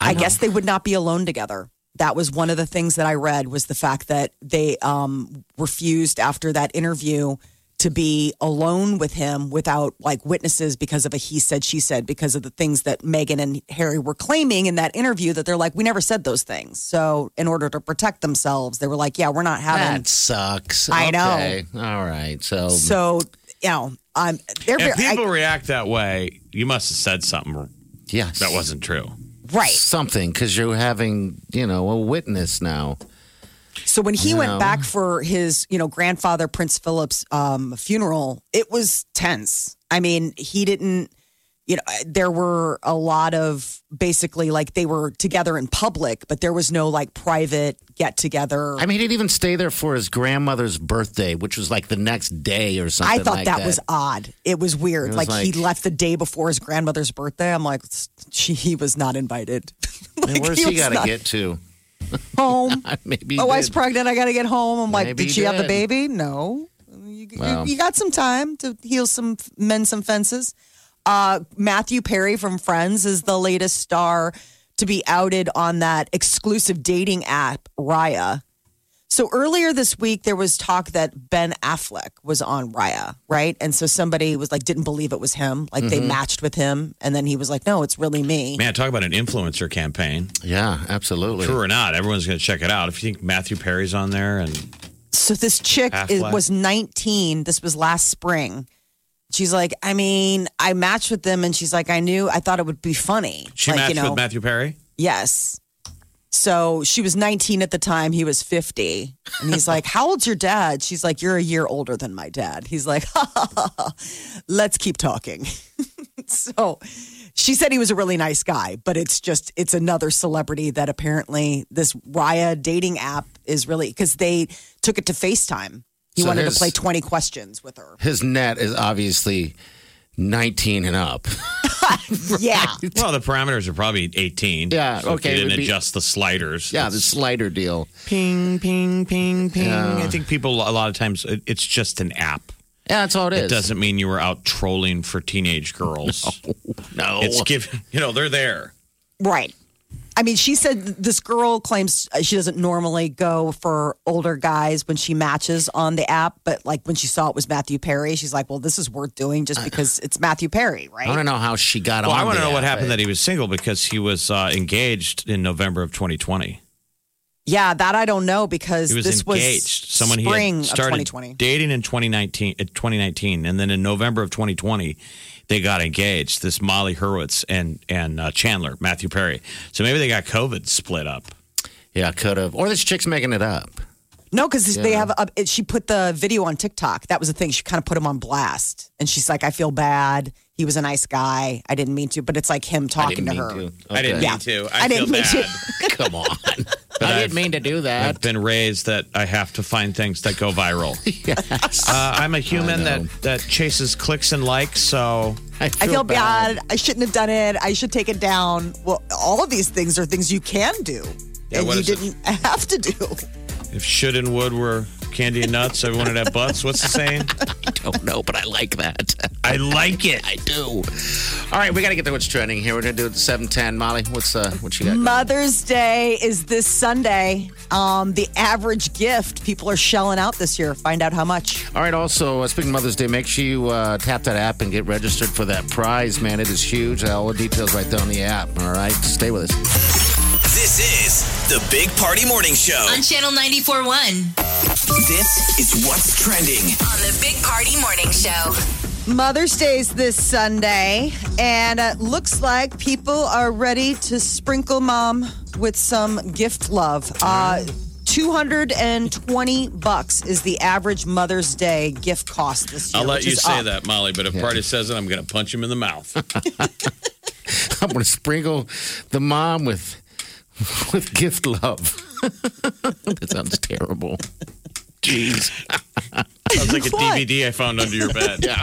[SPEAKER 5] I guess they would not be alone together. That was one of the things that I read was the fact that they um, refused after that interview to be alone with him without like witnesses because of a he said she said because of the things that Megan and Harry were claiming in that interview that they're like we never said those things. So in order to protect themselves, they were like, yeah, we're not having.
[SPEAKER 6] That sucks.
[SPEAKER 5] I know.
[SPEAKER 6] Okay. All right. So,
[SPEAKER 5] so you know, I'm they're
[SPEAKER 7] If
[SPEAKER 5] very, I-
[SPEAKER 7] people react that way, you must have said something
[SPEAKER 6] yes.
[SPEAKER 7] that wasn't true.
[SPEAKER 5] right.
[SPEAKER 6] something because you're having, you know, a witness now.
[SPEAKER 5] So when he
[SPEAKER 6] No.
[SPEAKER 5] went back for his, you know, grandfather Prince Philip's um, funeral, it was tense. I mean, he didn't. You know, there were a lot of basically like they were together in public, but there was no like private get together.
[SPEAKER 6] I mean, he didn't even stay there for his grandmother's birthday, which was like the next day or something.
[SPEAKER 5] I thought
[SPEAKER 6] like
[SPEAKER 5] that, was odd. It was weird.
[SPEAKER 6] It was
[SPEAKER 5] like, he
[SPEAKER 6] like-
[SPEAKER 5] left the day before his grandmother's birthday. I'm like, she he was not invited. *laughs*
[SPEAKER 6] Man,
[SPEAKER 5] Like,
[SPEAKER 6] where's he
[SPEAKER 5] was
[SPEAKER 6] got to
[SPEAKER 5] not
[SPEAKER 6] get to? *laughs*
[SPEAKER 5] home?
[SPEAKER 6] Maybe. he
[SPEAKER 5] My wife's
[SPEAKER 6] did.
[SPEAKER 5] pregnant. I got to get home. I'm like,
[SPEAKER 6] Maybe
[SPEAKER 5] did
[SPEAKER 6] he
[SPEAKER 5] she have the
[SPEAKER 6] did.
[SPEAKER 5] baby? No. You, you-
[SPEAKER 6] Wow.
[SPEAKER 5] you, got some time to heal some, mend some fences. Uh, Matthew Perry from Friends is the latest star to be outed on that exclusive dating app, Raya. So earlier this week, there was talk that Ben Affleck was on Raya, right? And so somebody was like, didn't believe it was him. Like
[SPEAKER 6] Mm-hmm.
[SPEAKER 5] they matched with him. And then he was like, no, it's really me.
[SPEAKER 7] Man, talk about an influencer campaign.
[SPEAKER 6] Yeah, absolutely.
[SPEAKER 7] True or not, everyone's going to check it out. If you think Matthew Perry's on there and
[SPEAKER 5] So this chick is,
[SPEAKER 7] Affleck.
[SPEAKER 5] was 19. This was last spring. She's like, I mean, I matched with them, and she's like, I knew, I thought it would be funny.
[SPEAKER 7] she
[SPEAKER 5] like,
[SPEAKER 7] matched
[SPEAKER 5] you know,
[SPEAKER 7] with Matthew Perry,
[SPEAKER 5] Yes. So she was 19 at the time. He was 50. And he's like, How old's your dad? She's like, You're a year older than my dad. He's like, *laughs* ha, ha, ha, ha. Let's keep talking. *laughs* so she said he was a really nice guy, but it's just, it's another celebrity that apparently this Raya dating app is really, because they took it to FaceTime. He
[SPEAKER 6] So
[SPEAKER 5] wanted to
[SPEAKER 6] his-
[SPEAKER 5] play 20 questions
[SPEAKER 6] *laughs*
[SPEAKER 5] with her.
[SPEAKER 6] His net is obviously 19 and up. *laughs*
[SPEAKER 5] Yeah.
[SPEAKER 7] well, the parameters are probably 18.
[SPEAKER 6] Yeah,
[SPEAKER 7] so if
[SPEAKER 6] okay,
[SPEAKER 7] They
[SPEAKER 6] it
[SPEAKER 7] didn't
[SPEAKER 6] would be-
[SPEAKER 7] adjust the sliders.
[SPEAKER 6] yeah, the
[SPEAKER 7] It's
[SPEAKER 6] slider deal.
[SPEAKER 7] ping, ping, ping, ping. I think people, a lot of times, it, it's just an app.
[SPEAKER 6] Yeah, that's all it is.
[SPEAKER 7] It doesn't mean you were out trolling for teenage girls.
[SPEAKER 6] *laughs* No.
[SPEAKER 7] It's giving, you know, they're there.
[SPEAKER 5] Right. I mean, she said th- this girl claims uh, she doesn't normally go for older guys when she matches on the app, but like when she saw it was Matthew Perry, she's like, "Well, this is worth doing
[SPEAKER 7] Uh,
[SPEAKER 5] just because it's Matthew Perry,
[SPEAKER 6] I want
[SPEAKER 5] right?"
[SPEAKER 6] to know how she got
[SPEAKER 7] Well,
[SPEAKER 6] on.
[SPEAKER 7] I want to
[SPEAKER 6] the
[SPEAKER 7] know what
[SPEAKER 6] app,
[SPEAKER 7] happened
[SPEAKER 6] eh?
[SPEAKER 7] that he was single because he was uh, engaged in November of 2020.
[SPEAKER 5] Yeah, that I don't know because
[SPEAKER 7] He was
[SPEAKER 5] this
[SPEAKER 7] engaged.
[SPEAKER 5] was
[SPEAKER 7] Someone
[SPEAKER 5] spring
[SPEAKER 7] he had started
[SPEAKER 5] of 2020.
[SPEAKER 7] dating in 2019, at 2019, and then in November of 2020, they got engaged. This Molly Hurwitz and and uh, Chandler Matthew Perry. So maybe they got COVID split up.
[SPEAKER 6] Yeah, could have. Or this chick's making it up.
[SPEAKER 5] No, because they have. A, it- she put the video on TikTok. That was the thing. She kind of put him on blast, and she's like, "I feel bad. He was a nice guy. I didn't mean to." But it's like him
[SPEAKER 6] I
[SPEAKER 5] talking
[SPEAKER 6] didn't
[SPEAKER 5] to
[SPEAKER 6] mean
[SPEAKER 5] her.
[SPEAKER 6] to.
[SPEAKER 7] I didn't
[SPEAKER 6] Okay.
[SPEAKER 7] mean to. I,
[SPEAKER 5] I
[SPEAKER 7] feel
[SPEAKER 5] didn't mean
[SPEAKER 7] bad.
[SPEAKER 6] *laughs*
[SPEAKER 5] to.
[SPEAKER 7] *laughs*
[SPEAKER 6] Come on. I
[SPEAKER 7] I've-
[SPEAKER 6] didn't mean to do that.
[SPEAKER 7] I've
[SPEAKER 6] *laughs*
[SPEAKER 7] been raised that I have to find things that go
[SPEAKER 5] *laughs*
[SPEAKER 7] viral. uh, I'm a human that, that chases clicks and likes, so
[SPEAKER 5] I feel bad. I shouldn't have done it. I should take it down. Well, all of these things are things you can do,
[SPEAKER 7] Yeah,
[SPEAKER 5] and
[SPEAKER 7] what
[SPEAKER 5] you
[SPEAKER 7] is it?
[SPEAKER 5] didn't have to do.
[SPEAKER 7] if should and would were candy and nuts, everyone would have butts. What's the saying?
[SPEAKER 6] I don't know, but I like that. *laughs*
[SPEAKER 7] I like it.
[SPEAKER 6] I do. All right, we got to get to what's trending here. We're going to do it at 710. Molly, what's uh, what you got? going?
[SPEAKER 5] Mother's Day is this Sunday. Um, the average gift people are shelling out this year. Find out how much.
[SPEAKER 6] All right, also, uh, speaking of Mother's Day, make sure you uh, tap that app and get registered for that prize, man. It is huge. All the details right there on the app. All right, stay with us. *laughs*
[SPEAKER 4] This is the Big Party Morning Show.
[SPEAKER 3] On Channel 94.1 on
[SPEAKER 4] This is what's trending.
[SPEAKER 3] the Big Party Morning Show.
[SPEAKER 5] Mother's Day's this Sunday, and uh, looks like people are ready to sprinkle mom with some gift love. Uh, 220 bucks is the average Mother's Day gift cost this year.
[SPEAKER 7] I'll let
[SPEAKER 5] which
[SPEAKER 7] you
[SPEAKER 5] is
[SPEAKER 7] say
[SPEAKER 5] up.
[SPEAKER 7] that, Molly, but if Party says it, I'm going to punch him in the *laughs* mouth.
[SPEAKER 6] I'm going to sprinkle the mom with *laughs* with gift love. *laughs* that sounds terrible. Jeez.
[SPEAKER 7] Sounds like a
[SPEAKER 5] What? *laughs*
[SPEAKER 7] DVD I found under your bed. yeah.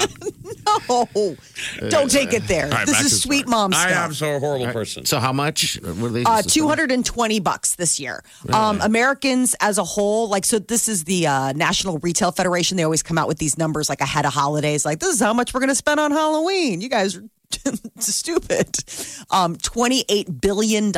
[SPEAKER 5] Oh, don't take it there. this is sweet mom stuff.
[SPEAKER 7] I am so a horrible person.
[SPEAKER 6] So how much? What are these?
[SPEAKER 5] Uh, 220 bucks this year. Um, Americans as a whole, like, so this is the uh, National Retail Federation. They always come out with these numbers like ahead of holidays, like, this is how much we're going to spend on Halloween. You guys are *laughs* stupid. Um, $28 billion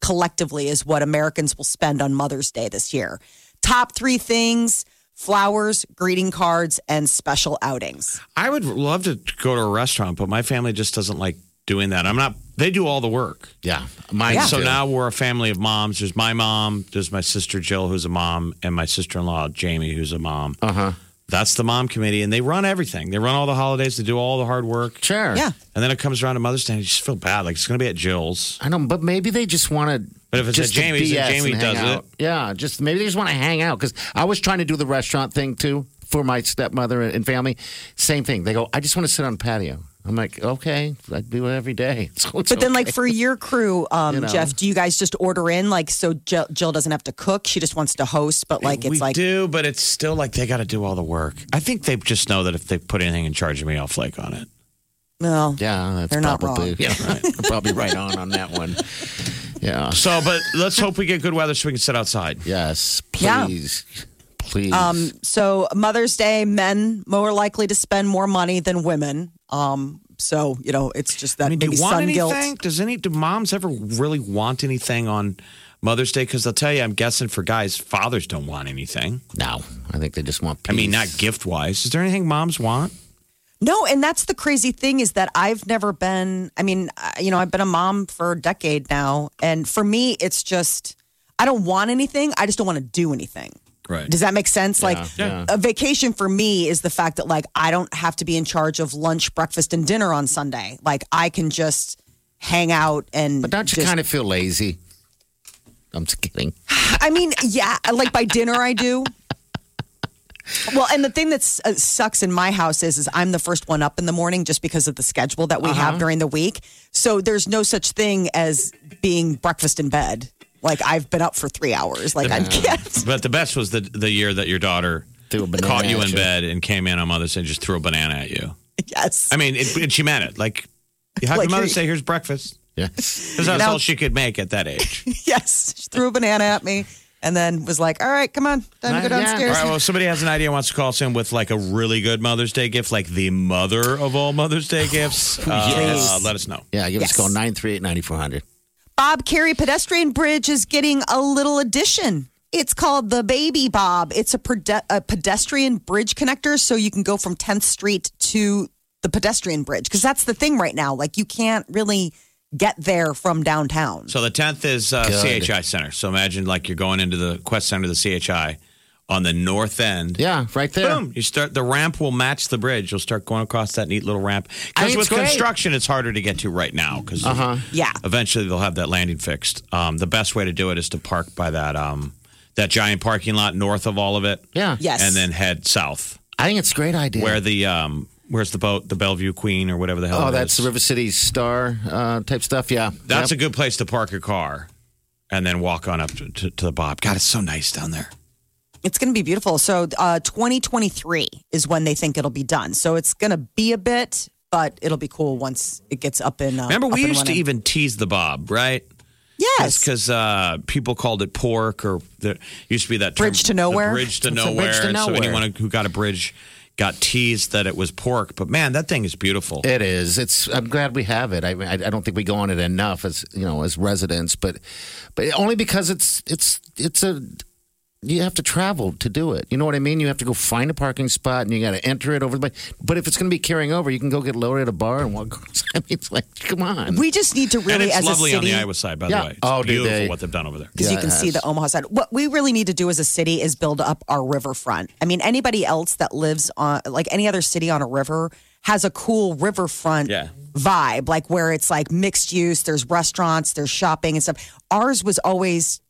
[SPEAKER 5] collectively is what Americans will spend on Mother's Day this year. Top three things flowers, greeting cards, and special outings.
[SPEAKER 7] I would love to go to a restaurant, but my family just doesn't like doing that. I'm not. They do all the work.
[SPEAKER 6] Yeah, mine.
[SPEAKER 7] So
[SPEAKER 6] too.
[SPEAKER 7] now we're a family of moms. There's my mom. There's my sister Jill, who's a mom, and my sister-in-law Jamie, who's a mom. Uh
[SPEAKER 5] Uh-huh.
[SPEAKER 7] huh. That's the mom committee, and they run everything. They run all the holidays. They do all the hard work.
[SPEAKER 6] sure.
[SPEAKER 5] Yeah.
[SPEAKER 7] And then it comes around to Mother's Day, and you just feel bad. Like it's going to be at Jill's.
[SPEAKER 6] I know, but maybe they just want to.
[SPEAKER 7] But if it's
[SPEAKER 6] just
[SPEAKER 7] at Jamie's,
[SPEAKER 6] to
[SPEAKER 7] then
[SPEAKER 6] BS
[SPEAKER 7] Jamie
[SPEAKER 6] and hang
[SPEAKER 7] does
[SPEAKER 6] out. Yeah, just maybe they just want to hang out because I was trying to do the restaurant thing too for my stepmother and family. Same thing. They go, I just want to sit on the patio. I'm like, okay, I do it every day. *laughs* So it's
[SPEAKER 5] But then,
[SPEAKER 6] okay.
[SPEAKER 5] like for
[SPEAKER 7] *laughs*
[SPEAKER 5] your crew, um,
[SPEAKER 6] You know.
[SPEAKER 5] Jeff, do you guys just order in? Like, so Jill, Jill doesn't have to cook; she just wants to host. But like,
[SPEAKER 7] we
[SPEAKER 5] it's like
[SPEAKER 7] do, but it's still like they got to do all the work. I think they just know that if they put anything in charge of me, I'll flake on it.
[SPEAKER 5] no,
[SPEAKER 6] yeah, that's
[SPEAKER 5] They're not
[SPEAKER 6] probably
[SPEAKER 5] wrong.
[SPEAKER 6] yeah, right. They're probably right on on that
[SPEAKER 5] *laughs*
[SPEAKER 6] one. Yeah.
[SPEAKER 7] So, but let's hope we get good weather so we can sit outside.
[SPEAKER 6] Yes.
[SPEAKER 5] Yeah.
[SPEAKER 6] Please. Please.
[SPEAKER 5] Um, so Mother's Day, men more likely to spend more money than women. Um, so you know, it's just that
[SPEAKER 7] I mean, do
[SPEAKER 5] maybe
[SPEAKER 7] you want
[SPEAKER 5] sun
[SPEAKER 7] anything?
[SPEAKER 5] guilt.
[SPEAKER 7] Does any do moms ever really want anything on Mother's Day? Because they'll tell you, I'm guessing for guys, fathers don't want anything.
[SPEAKER 6] no, I think they just want. Peace.
[SPEAKER 7] I mean, not gift wise. Is there anything moms want?
[SPEAKER 5] No, and that's the crazy thing is that I've never been. I mean, I- you know, I've been a mom for a decade now, and for me, it's just I don't want anything. I just don't want to do anything.
[SPEAKER 7] Right.
[SPEAKER 5] Does that make sense? like a vacation for me is the fact that like I don't have to be in charge of lunch, breakfast, and dinner on Sunday. Like I can just hang out and.
[SPEAKER 6] But don't you kind of feel lazy? I'm just kidding.
[SPEAKER 5] *laughs* I mean, yeah. Like by dinner, I do. Well, and the thing that uh, sucks in my house is, is I'm the first one up in the morning just because of the schedule that we
[SPEAKER 6] Uh-huh.
[SPEAKER 5] have during the week. So there's no such thing as being breakfast in bed. Like I've been up for three hours. Like I can't. *laughs*
[SPEAKER 7] But the best was the the year that your daughter *laughs*
[SPEAKER 6] Threw a banana
[SPEAKER 7] caught you
[SPEAKER 6] at
[SPEAKER 7] in
[SPEAKER 6] you.
[SPEAKER 7] bed and came in on Mother's Day and just threw a banana at you.
[SPEAKER 5] Yes.
[SPEAKER 7] I mean, it, and she meant it. Like, you have
[SPEAKER 5] Like,
[SPEAKER 7] your mother
[SPEAKER 5] here-
[SPEAKER 7] say, "Here's breakfast,"
[SPEAKER 6] Yes.
[SPEAKER 7] because that's
[SPEAKER 5] Now-
[SPEAKER 7] all she could make at that
[SPEAKER 6] *laughs*
[SPEAKER 7] age.
[SPEAKER 5] *laughs* Yes, she threw a banana at me and then was like, "All right, come on, time to go
[SPEAKER 6] Yeah.
[SPEAKER 7] all
[SPEAKER 5] downstairs."
[SPEAKER 7] right. Well, if somebody has an idea wants to call us in with like a really good Mother's Day gift, like the mother of all Mother's Day
[SPEAKER 6] *laughs*
[SPEAKER 7] gifts. Uh, let us know.
[SPEAKER 6] Yeah. Give us a
[SPEAKER 5] Yes.
[SPEAKER 6] call nine three eight ninety four hundred.
[SPEAKER 5] Bob Carey Pedestrian Bridge is getting a little addition. It's called the Baby Bob. It's a, perde- a pedestrian bridge connector, so you can go from 10th Street to the pedestrian bridge because that's the thing right now. Like you can't really get there from downtown.
[SPEAKER 7] So the tenth is uh, CHI Center. So imagine like you're going into the Quest Center, the CHI, on the north end.
[SPEAKER 6] Yeah. Right there.
[SPEAKER 7] Boom! You start the ramp will match the bridge. You'll start going across that neat little ramp.
[SPEAKER 6] I
[SPEAKER 7] Because
[SPEAKER 6] think
[SPEAKER 7] with
[SPEAKER 6] it's great.
[SPEAKER 7] construction, it's harder to get to right now. Because
[SPEAKER 5] yeah.
[SPEAKER 7] eventually they'll have that landing fixed. Um, the best way to do it is to park by that um, that giant parking lot north of all of it.
[SPEAKER 6] Yeah.
[SPEAKER 5] Yes.
[SPEAKER 7] And then head south
[SPEAKER 6] I think it's a great idea.
[SPEAKER 7] where the um where's the boat the Bellevue Queen or whatever the hell.
[SPEAKER 6] oh,
[SPEAKER 7] it
[SPEAKER 6] that's the
[SPEAKER 7] is.
[SPEAKER 6] River City Star uh, type stuff. Yeah.
[SPEAKER 7] that's a
[SPEAKER 6] Yep.
[SPEAKER 7] good place to park your car, and then walk on up to, to, to the Bob. God, it's so nice down there.
[SPEAKER 5] It's going to be beautiful. So, uh, 2023 is when they think it'll be done. So, it's going to be a bit, but it'll be cool once it gets up in. Uh,
[SPEAKER 7] Remember,
[SPEAKER 5] up
[SPEAKER 7] we
[SPEAKER 5] and
[SPEAKER 7] used to
[SPEAKER 5] running.
[SPEAKER 7] even tease the Bob, right?
[SPEAKER 5] Yes.
[SPEAKER 7] because uh, people called it pork, or there used to be that term,
[SPEAKER 5] Bridge to
[SPEAKER 7] the
[SPEAKER 5] nowhere?
[SPEAKER 7] bridge to
[SPEAKER 6] It's a
[SPEAKER 7] nowhere.
[SPEAKER 6] bridge to
[SPEAKER 7] and So
[SPEAKER 6] nowhere.
[SPEAKER 7] anyone who got a bridge got teased that it was pork. But man, that thing is beautiful.
[SPEAKER 6] It is. It's. I'm glad we have it. I, I. I don't think we go on it enough as you know as residents, but, but only because it's. It's. It's a. You have to travel to do it. You know what I mean? You have to go find a parking spot and you got to enter it over the. But if it's going to be carrying over, you can go get loaded at a bar and walk. *laughs* I mean, it's like, come on.
[SPEAKER 5] we just need to
[SPEAKER 7] and
[SPEAKER 5] really,
[SPEAKER 7] it's
[SPEAKER 5] as
[SPEAKER 7] lovely
[SPEAKER 5] a city,
[SPEAKER 7] on the Iowa side, by
[SPEAKER 6] Yeah.
[SPEAKER 7] the way. It's
[SPEAKER 6] Oh, do
[SPEAKER 7] beautiful
[SPEAKER 6] they?
[SPEAKER 7] what they've done over there.
[SPEAKER 5] because you can see the Omaha side. What we really need to do as a city is build up our riverfront. I mean, anybody else that lives on, like any other city on a river, has a cool riverfront
[SPEAKER 7] Yeah.
[SPEAKER 5] vibe, like where it's like mixed use, there's restaurants, there's shopping and stuff. Ours was always.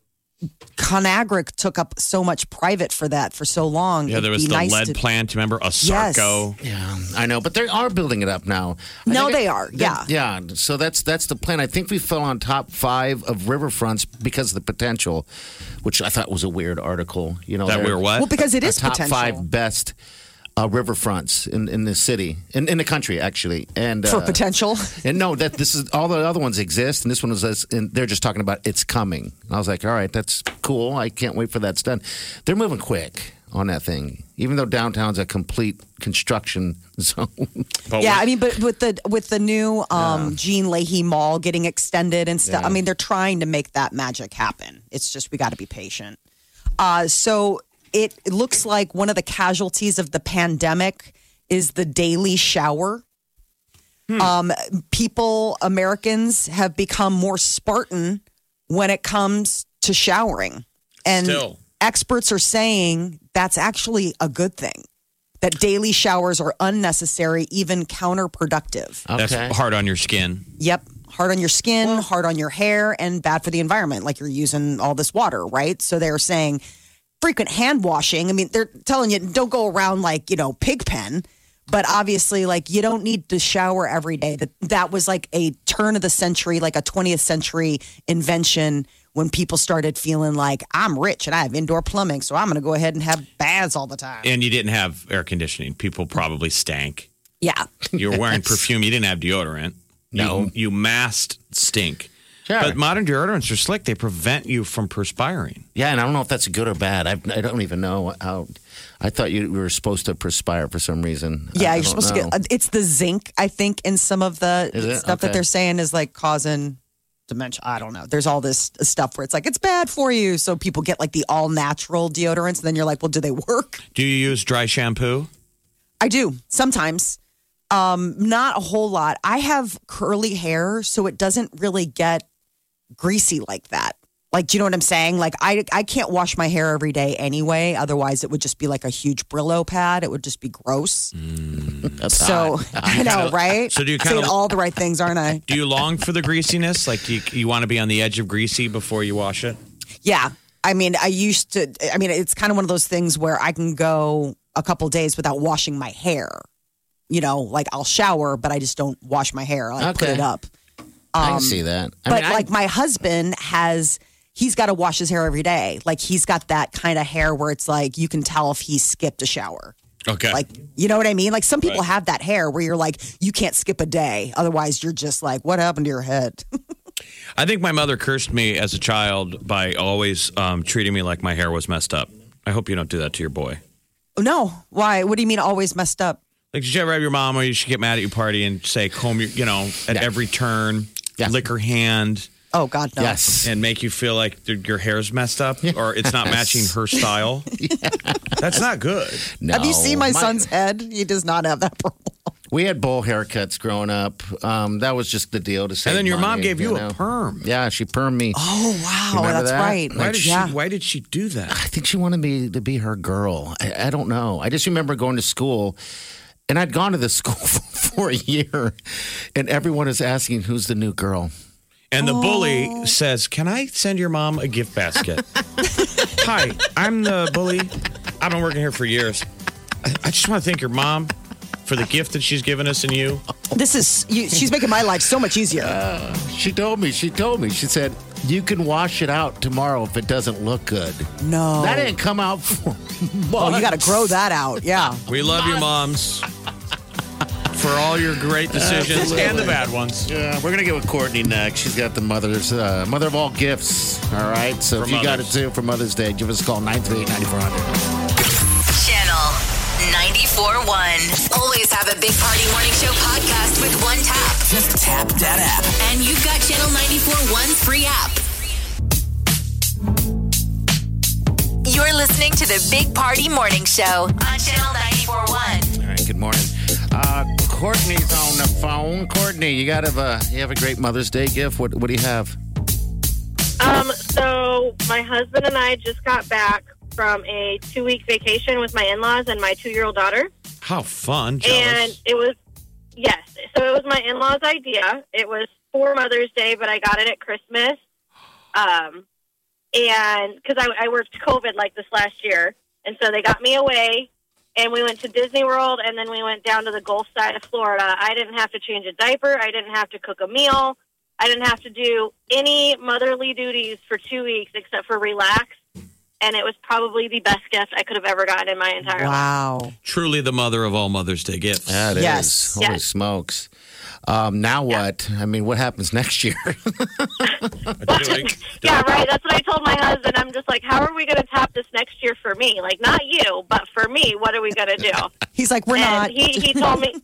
[SPEAKER 5] Conagra took up so much private for that for so long.
[SPEAKER 7] Yeah, there
[SPEAKER 5] It'd
[SPEAKER 7] was
[SPEAKER 5] be
[SPEAKER 7] the
[SPEAKER 5] nice
[SPEAKER 7] lead
[SPEAKER 5] to-
[SPEAKER 7] plant. Remember,
[SPEAKER 5] Yes.
[SPEAKER 7] Osarco.
[SPEAKER 6] Yeah, I know, but they are building it up now. I
[SPEAKER 5] No,
[SPEAKER 6] think
[SPEAKER 5] they
[SPEAKER 6] it-
[SPEAKER 5] are,
[SPEAKER 6] that- yeah. So that's that's the plan. I think we fell on top five of riverfronts because of the potential, which I thought was a weird article. You know,
[SPEAKER 7] That we
[SPEAKER 6] they're-
[SPEAKER 7] were what?
[SPEAKER 5] Well, because it
[SPEAKER 6] our
[SPEAKER 5] is
[SPEAKER 6] top
[SPEAKER 5] potential
[SPEAKER 6] five best uh, riverfronts in in the city, in, in the country actually, and
[SPEAKER 5] for
[SPEAKER 6] uh,
[SPEAKER 5] potential.
[SPEAKER 6] And no, that this is all the other ones exist, and this one was us, and they're just talking about it's coming. And I was like, all right, that's cool. I can't wait for that's done. They're moving quick on that thing, even though downtown's a complete construction *laughs* zone.
[SPEAKER 7] But
[SPEAKER 5] yeah,
[SPEAKER 7] we-
[SPEAKER 5] I mean, but with the with the new um, Gene Leahy Mall getting extended and stuff, I mean, they're trying to make that magic happen. It's just we got to be patient. Uh, so it, it looks like one of the casualties of the pandemic is the daily shower. Um, people, Americans, have become more Spartan when it comes to showering, and
[SPEAKER 7] Still.
[SPEAKER 5] experts are saying that's actually a good thing that daily showers are unnecessary, even counterproductive.
[SPEAKER 7] that's hard on your skin.
[SPEAKER 5] Yep. Hard on your skin, hard on your hair, and bad for the environment. Like you're using all this water, right? So they're saying frequent hand washing. I mean, they're telling you don't go around like, you know, pig pen, but obviously, like, you don't need to shower every day. That, that was like a turn of the century, like a 20th century invention when people started feeling like, I'm rich and I have indoor plumbing, so I'm going to go ahead and have baths all the time.
[SPEAKER 7] And you didn't have air conditioning. People probably stank.
[SPEAKER 5] yeah.
[SPEAKER 7] You were wearing perfume. You didn't have deodorant. No. You, you masked stink.
[SPEAKER 6] Sure.
[SPEAKER 7] But modern deodorants are slick. They prevent you from perspiring.
[SPEAKER 6] Yeah, and I don't know if that's good or bad. I've, I don't even know how. I thought you were supposed to perspire for some reason. I-
[SPEAKER 5] Yeah,
[SPEAKER 6] I
[SPEAKER 5] you're
[SPEAKER 6] don't
[SPEAKER 5] supposed
[SPEAKER 6] know.
[SPEAKER 5] to get. uh, It's the zinc, I think, in some of the
[SPEAKER 6] Is it?
[SPEAKER 5] stuff that
[SPEAKER 6] Okay.
[SPEAKER 5] they're saying is like causing dementia. I don't know. There's all this stuff where it's like it's bad for you, so people get like the all natural deodorants, and then you're like, well, do they work?
[SPEAKER 7] Do you use dry shampoo?
[SPEAKER 5] I do sometimes. Um, not a whole lot. I have curly hair, so it doesn't really get greasy like that. Like, do you know what I'm saying? Like, I I can't wash my hair every day anyway. Otherwise, it would just be like a huge Brillo pad. It would just be gross. so *laughs* I know, right?
[SPEAKER 7] Mm. So do you
[SPEAKER 5] I'm
[SPEAKER 7] kinda-
[SPEAKER 5] saying all the right things, aren't I?
[SPEAKER 7] Do you long for the greasiness? Like do you, you want to be on the edge of greasy before you wash it?
[SPEAKER 5] Yeah. I mean, I used to, I mean, it's kind of one of those things where I can go a couple days without washing my hair. You know, like I'll shower, but I just don't wash my hair. I put
[SPEAKER 6] Okay.
[SPEAKER 5] it up.
[SPEAKER 6] I can see that. I
[SPEAKER 5] um, but
[SPEAKER 6] mean, I-
[SPEAKER 5] like my husband has, he's got to wash his hair every day. Like he's got that kind of hair where it's like you can tell if he skipped a shower.
[SPEAKER 7] Okay.
[SPEAKER 5] Like, you know what I mean? Like some people
[SPEAKER 7] Right.
[SPEAKER 5] have that hair where you're like, you can't skip a day. Otherwise, you're just like, what happened to your head? *laughs*
[SPEAKER 7] I think my mother cursed me as a child by always um, treating me like my hair was messed up. I hope you don't do that to your boy.
[SPEAKER 5] Oh, no. Why? What do you mean always messed up?
[SPEAKER 7] Like, did you ever have your mom or you should get mad at your party and say, comb your, you know, at every turn,
[SPEAKER 6] Yeah.
[SPEAKER 7] lick her hand,
[SPEAKER 5] Oh, God, no.
[SPEAKER 6] yes,
[SPEAKER 7] and make you feel like th- your hair's messed up or it's not matching
[SPEAKER 6] *laughs*
[SPEAKER 7] her style? That's not good.
[SPEAKER 6] no.
[SPEAKER 5] Have you seen my,
[SPEAKER 6] My-
[SPEAKER 5] son's head? He does not have that problem.
[SPEAKER 6] We had bowl haircuts growing up. Um, that was just the deal to save
[SPEAKER 7] And then your mom
[SPEAKER 6] money,
[SPEAKER 7] gave you,
[SPEAKER 6] know?
[SPEAKER 7] a perm.
[SPEAKER 6] Yeah, she permed me.
[SPEAKER 5] *laughs* Oh wow,
[SPEAKER 6] Remember
[SPEAKER 5] that's
[SPEAKER 6] that?
[SPEAKER 5] right.
[SPEAKER 7] Why did,
[SPEAKER 5] yeah.
[SPEAKER 7] she, why did she do that?
[SPEAKER 6] I think she wanted me to be her girl. I, I don't know. I just remember going to school, and I'd gone to this *laughs* school for, for a year, and everyone is asking, "Who's the new girl?" Oh. *laughs*
[SPEAKER 7] And the bully says, Can I send your mom a gift basket? Hi, I'm the bully. I've been working here for years. I I just want to thank your mom for the gift that she's given us and you.
[SPEAKER 5] This is you, she's making my life so much *laughs* easier.
[SPEAKER 6] She told me. She told me. She said, "You can wash it out tomorrow if it doesn't look good."
[SPEAKER 5] no,
[SPEAKER 6] That didn't come out for *laughs*
[SPEAKER 5] oh, you got to grow that out. *laughs* Yeah.
[SPEAKER 7] We love your moms for all your great decisions and the bad ones.
[SPEAKER 6] Yeah, we're gonna get with Courtney next. She's got the mother's uh, mother of all gifts. All right, so
[SPEAKER 7] For
[SPEAKER 6] if you got it
[SPEAKER 7] mothers.
[SPEAKER 6] too for Mother's Day, give us a call 938-9400.
[SPEAKER 3] Channel 94.1. Always have a Big Party Morning Show podcast with one tap.
[SPEAKER 4] Just tap that app.
[SPEAKER 3] And you've got Channel 94.1's free app. You're listening to the Big Party Morning Show on Channel 94.1.
[SPEAKER 6] All right, good morning. Uh, Courtney's on the phone. Courtney, you got have a you have a great Mother's Day gift. What what do you have?
[SPEAKER 8] Um, so my husband and I just got back from a two week vacation with my in laws and my two year old daughter.
[SPEAKER 7] How fun.
[SPEAKER 8] And
[SPEAKER 7] Jealous.
[SPEAKER 8] it was, yes. So it was my in law's idea. It was for Mother's Day, but I got it at Christmas. Um, and because I, I worked COVID like this last year. And so they got me away and we went to Disney World and then we went down to the Gulf side of Florida. I didn't have to change a diaper. I didn't have to cook a meal. I didn't have to do any motherly duties for two weeks except for relax. And it was probably the best gift I could have ever gotten in my entire life.
[SPEAKER 5] Wow.
[SPEAKER 7] Truly the mother of all Mother's Day gifts.
[SPEAKER 6] That is
[SPEAKER 5] Yes.
[SPEAKER 6] Holy
[SPEAKER 8] Yes.
[SPEAKER 6] smokes. Um, now what? I mean, what happens *laughs* next
[SPEAKER 8] *laughs*
[SPEAKER 6] year?
[SPEAKER 7] Doing- *laughs*
[SPEAKER 8] Yeah, right. That's what I told my husband. I'm just like, how are we going to top this next year for me? Like, not you, but for me, what are we going to do?
[SPEAKER 5] He's like, we're
[SPEAKER 8] and
[SPEAKER 5] not.
[SPEAKER 8] he he told me.